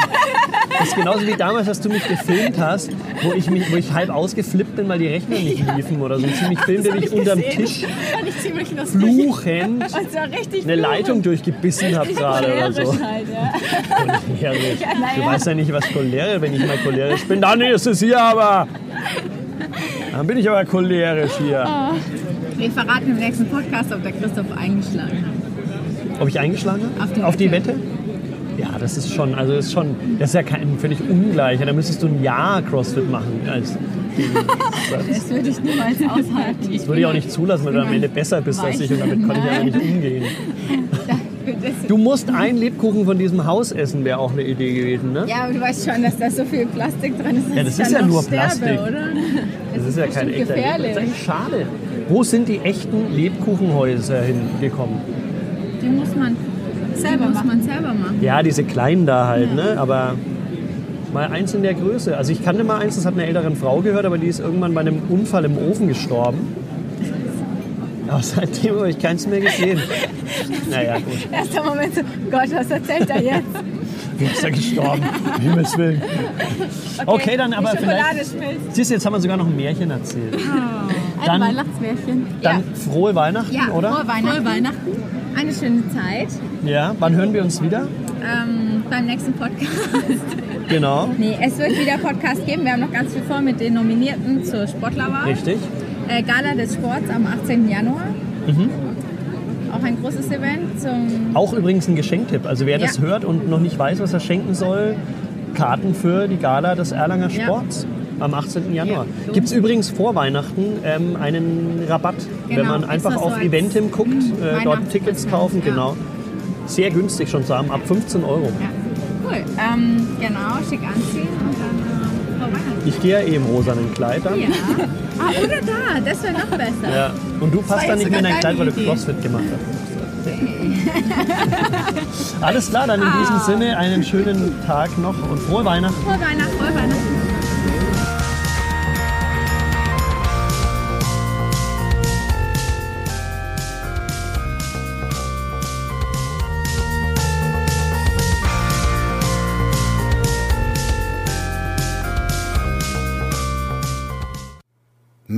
Speaker 1: Das ist genauso wie damals, dass du mich gefilmt hast, wo ich, mich, wo ich halb ausgeflippt bin, weil die Rechner nicht liefen oder so. Ein ziemlich Film, den ich unterm Tisch
Speaker 3: Fand ich ziemlich lustig.
Speaker 1: fluchend
Speaker 3: Das war richtig
Speaker 1: eine Leitung durchgebissen habe gerade oder so.
Speaker 3: cholerisch halt, ja.
Speaker 1: Cholerisch. Du weißt ja nicht, was cholerisch, wenn ich mal cholerisch bin, dann ist es hier aber. Dann bin ich aber cholerisch hier.
Speaker 2: Wir verraten im nächsten Podcast, ob der Christoph eingeschlagen hat.
Speaker 1: Ob ich eingeschlagen habe?
Speaker 2: Auf die
Speaker 1: Wette? Ja, das ist schon, also das ist schon, das ist ja kein, völlig ungleich. Ja, Da müsstest du ein Jahr Crossfit machen. Als Gegensatz.
Speaker 2: Das würde ich niemals aushalten.
Speaker 1: das würde ich auch nicht zulassen, weil du am Ende besser bist als ich und damit konnte ich aber nicht umgehen. Du musst einen Lebkuchen von diesem Haus essen, wäre auch eine Idee gewesen, ne?
Speaker 2: Ja, aber du weißt schon, dass da so viel Plastik drin ist. dass
Speaker 1: Ja, das
Speaker 2: ich
Speaker 1: ist
Speaker 2: dann
Speaker 1: ja
Speaker 2: noch
Speaker 1: nur
Speaker 2: sterbe,
Speaker 1: Plastik.
Speaker 2: Oder?
Speaker 1: Das ist ja kein echter Lebkuchen.
Speaker 2: bestimmt
Speaker 1: Das ist
Speaker 2: gefährlich.
Speaker 1: eigentlich schade. Wo sind die echten Lebkuchenhäuser hingekommen?
Speaker 2: Die muss man selber muss man selber machen.
Speaker 1: Ja, diese kleinen da halt, ne? Aber mal eins in der Größe. Also ich kannte mal eins, das hat eine älteren Frau gehört, aber die ist irgendwann bei einem Unfall im Ofen gestorben. Aber seitdem habe ich keins mehr gesehen. Naja, gut.
Speaker 2: Erster Moment so, Gott, was erzählt er jetzt?
Speaker 1: Wie ist er gestorben? Um Himmels Willen. Okay, dann aber
Speaker 2: die Schokolade
Speaker 1: vielleicht...
Speaker 2: schmilzt.
Speaker 1: Siehst du, jetzt haben wir sogar noch ein Märchen erzählt. Ah,
Speaker 3: Ein
Speaker 1: Dann-
Speaker 3: Weihnachtsmärchen.
Speaker 1: Dann frohe Weihnachten,
Speaker 2: Ja,
Speaker 1: oder?
Speaker 2: frohe Weihnachten.
Speaker 3: Frohe Weihnachten.
Speaker 2: Eine schöne Zeit.
Speaker 1: Ja, wann hören wir uns wieder?
Speaker 2: Ähm, beim nächsten Podcast.
Speaker 1: Genau,
Speaker 2: Nee, es wird wieder Podcast geben. Wir haben noch ganz viel vor mit den Nominierten zur Sportlerwahl.
Speaker 1: richtig.
Speaker 2: Äh, Gala des Sports am 18. Januar.
Speaker 1: Mhm.
Speaker 2: Auch ein großes Event zum
Speaker 1: Auch übrigens ein Geschenktipp. Also wer
Speaker 2: Ja.
Speaker 1: das hört und noch nicht weiß, was er schenken soll, Karten für die Gala des Erlanger Sports am 18. Januar.
Speaker 2: Ja.
Speaker 1: Gibt es übrigens vor Weihnachten ähm, einen Rabatt, wenn man
Speaker 2: extra
Speaker 1: einfach
Speaker 2: Genau. so
Speaker 1: auf
Speaker 2: als
Speaker 1: Eventim guckt, äh, dort
Speaker 2: Weihnachts-
Speaker 1: Tickets kaufen,
Speaker 2: ja.
Speaker 1: genau. Sehr günstig schon zu haben, ab 15 Euro.
Speaker 2: Ja, cool. Ähm, genau, schick anziehen und dann äh, vorbei.
Speaker 1: Ich gehe ja eh im rosanen Kleid an.
Speaker 2: Ja. Ah, oder da, das wäre noch besser.
Speaker 1: Ja. Und du passt
Speaker 2: war
Speaker 1: dann nicht
Speaker 2: jetzt
Speaker 1: mehr in dein
Speaker 2: sogar
Speaker 1: Kleid, weil du
Speaker 2: deine Idee.
Speaker 1: Crossfit gemacht hast. Alles klar, dann in
Speaker 2: Ah.
Speaker 1: diesem Sinne einen schönen Tag noch und frohe Weihnachten.
Speaker 2: Frohe Weihnachten, frohe Weihnachten.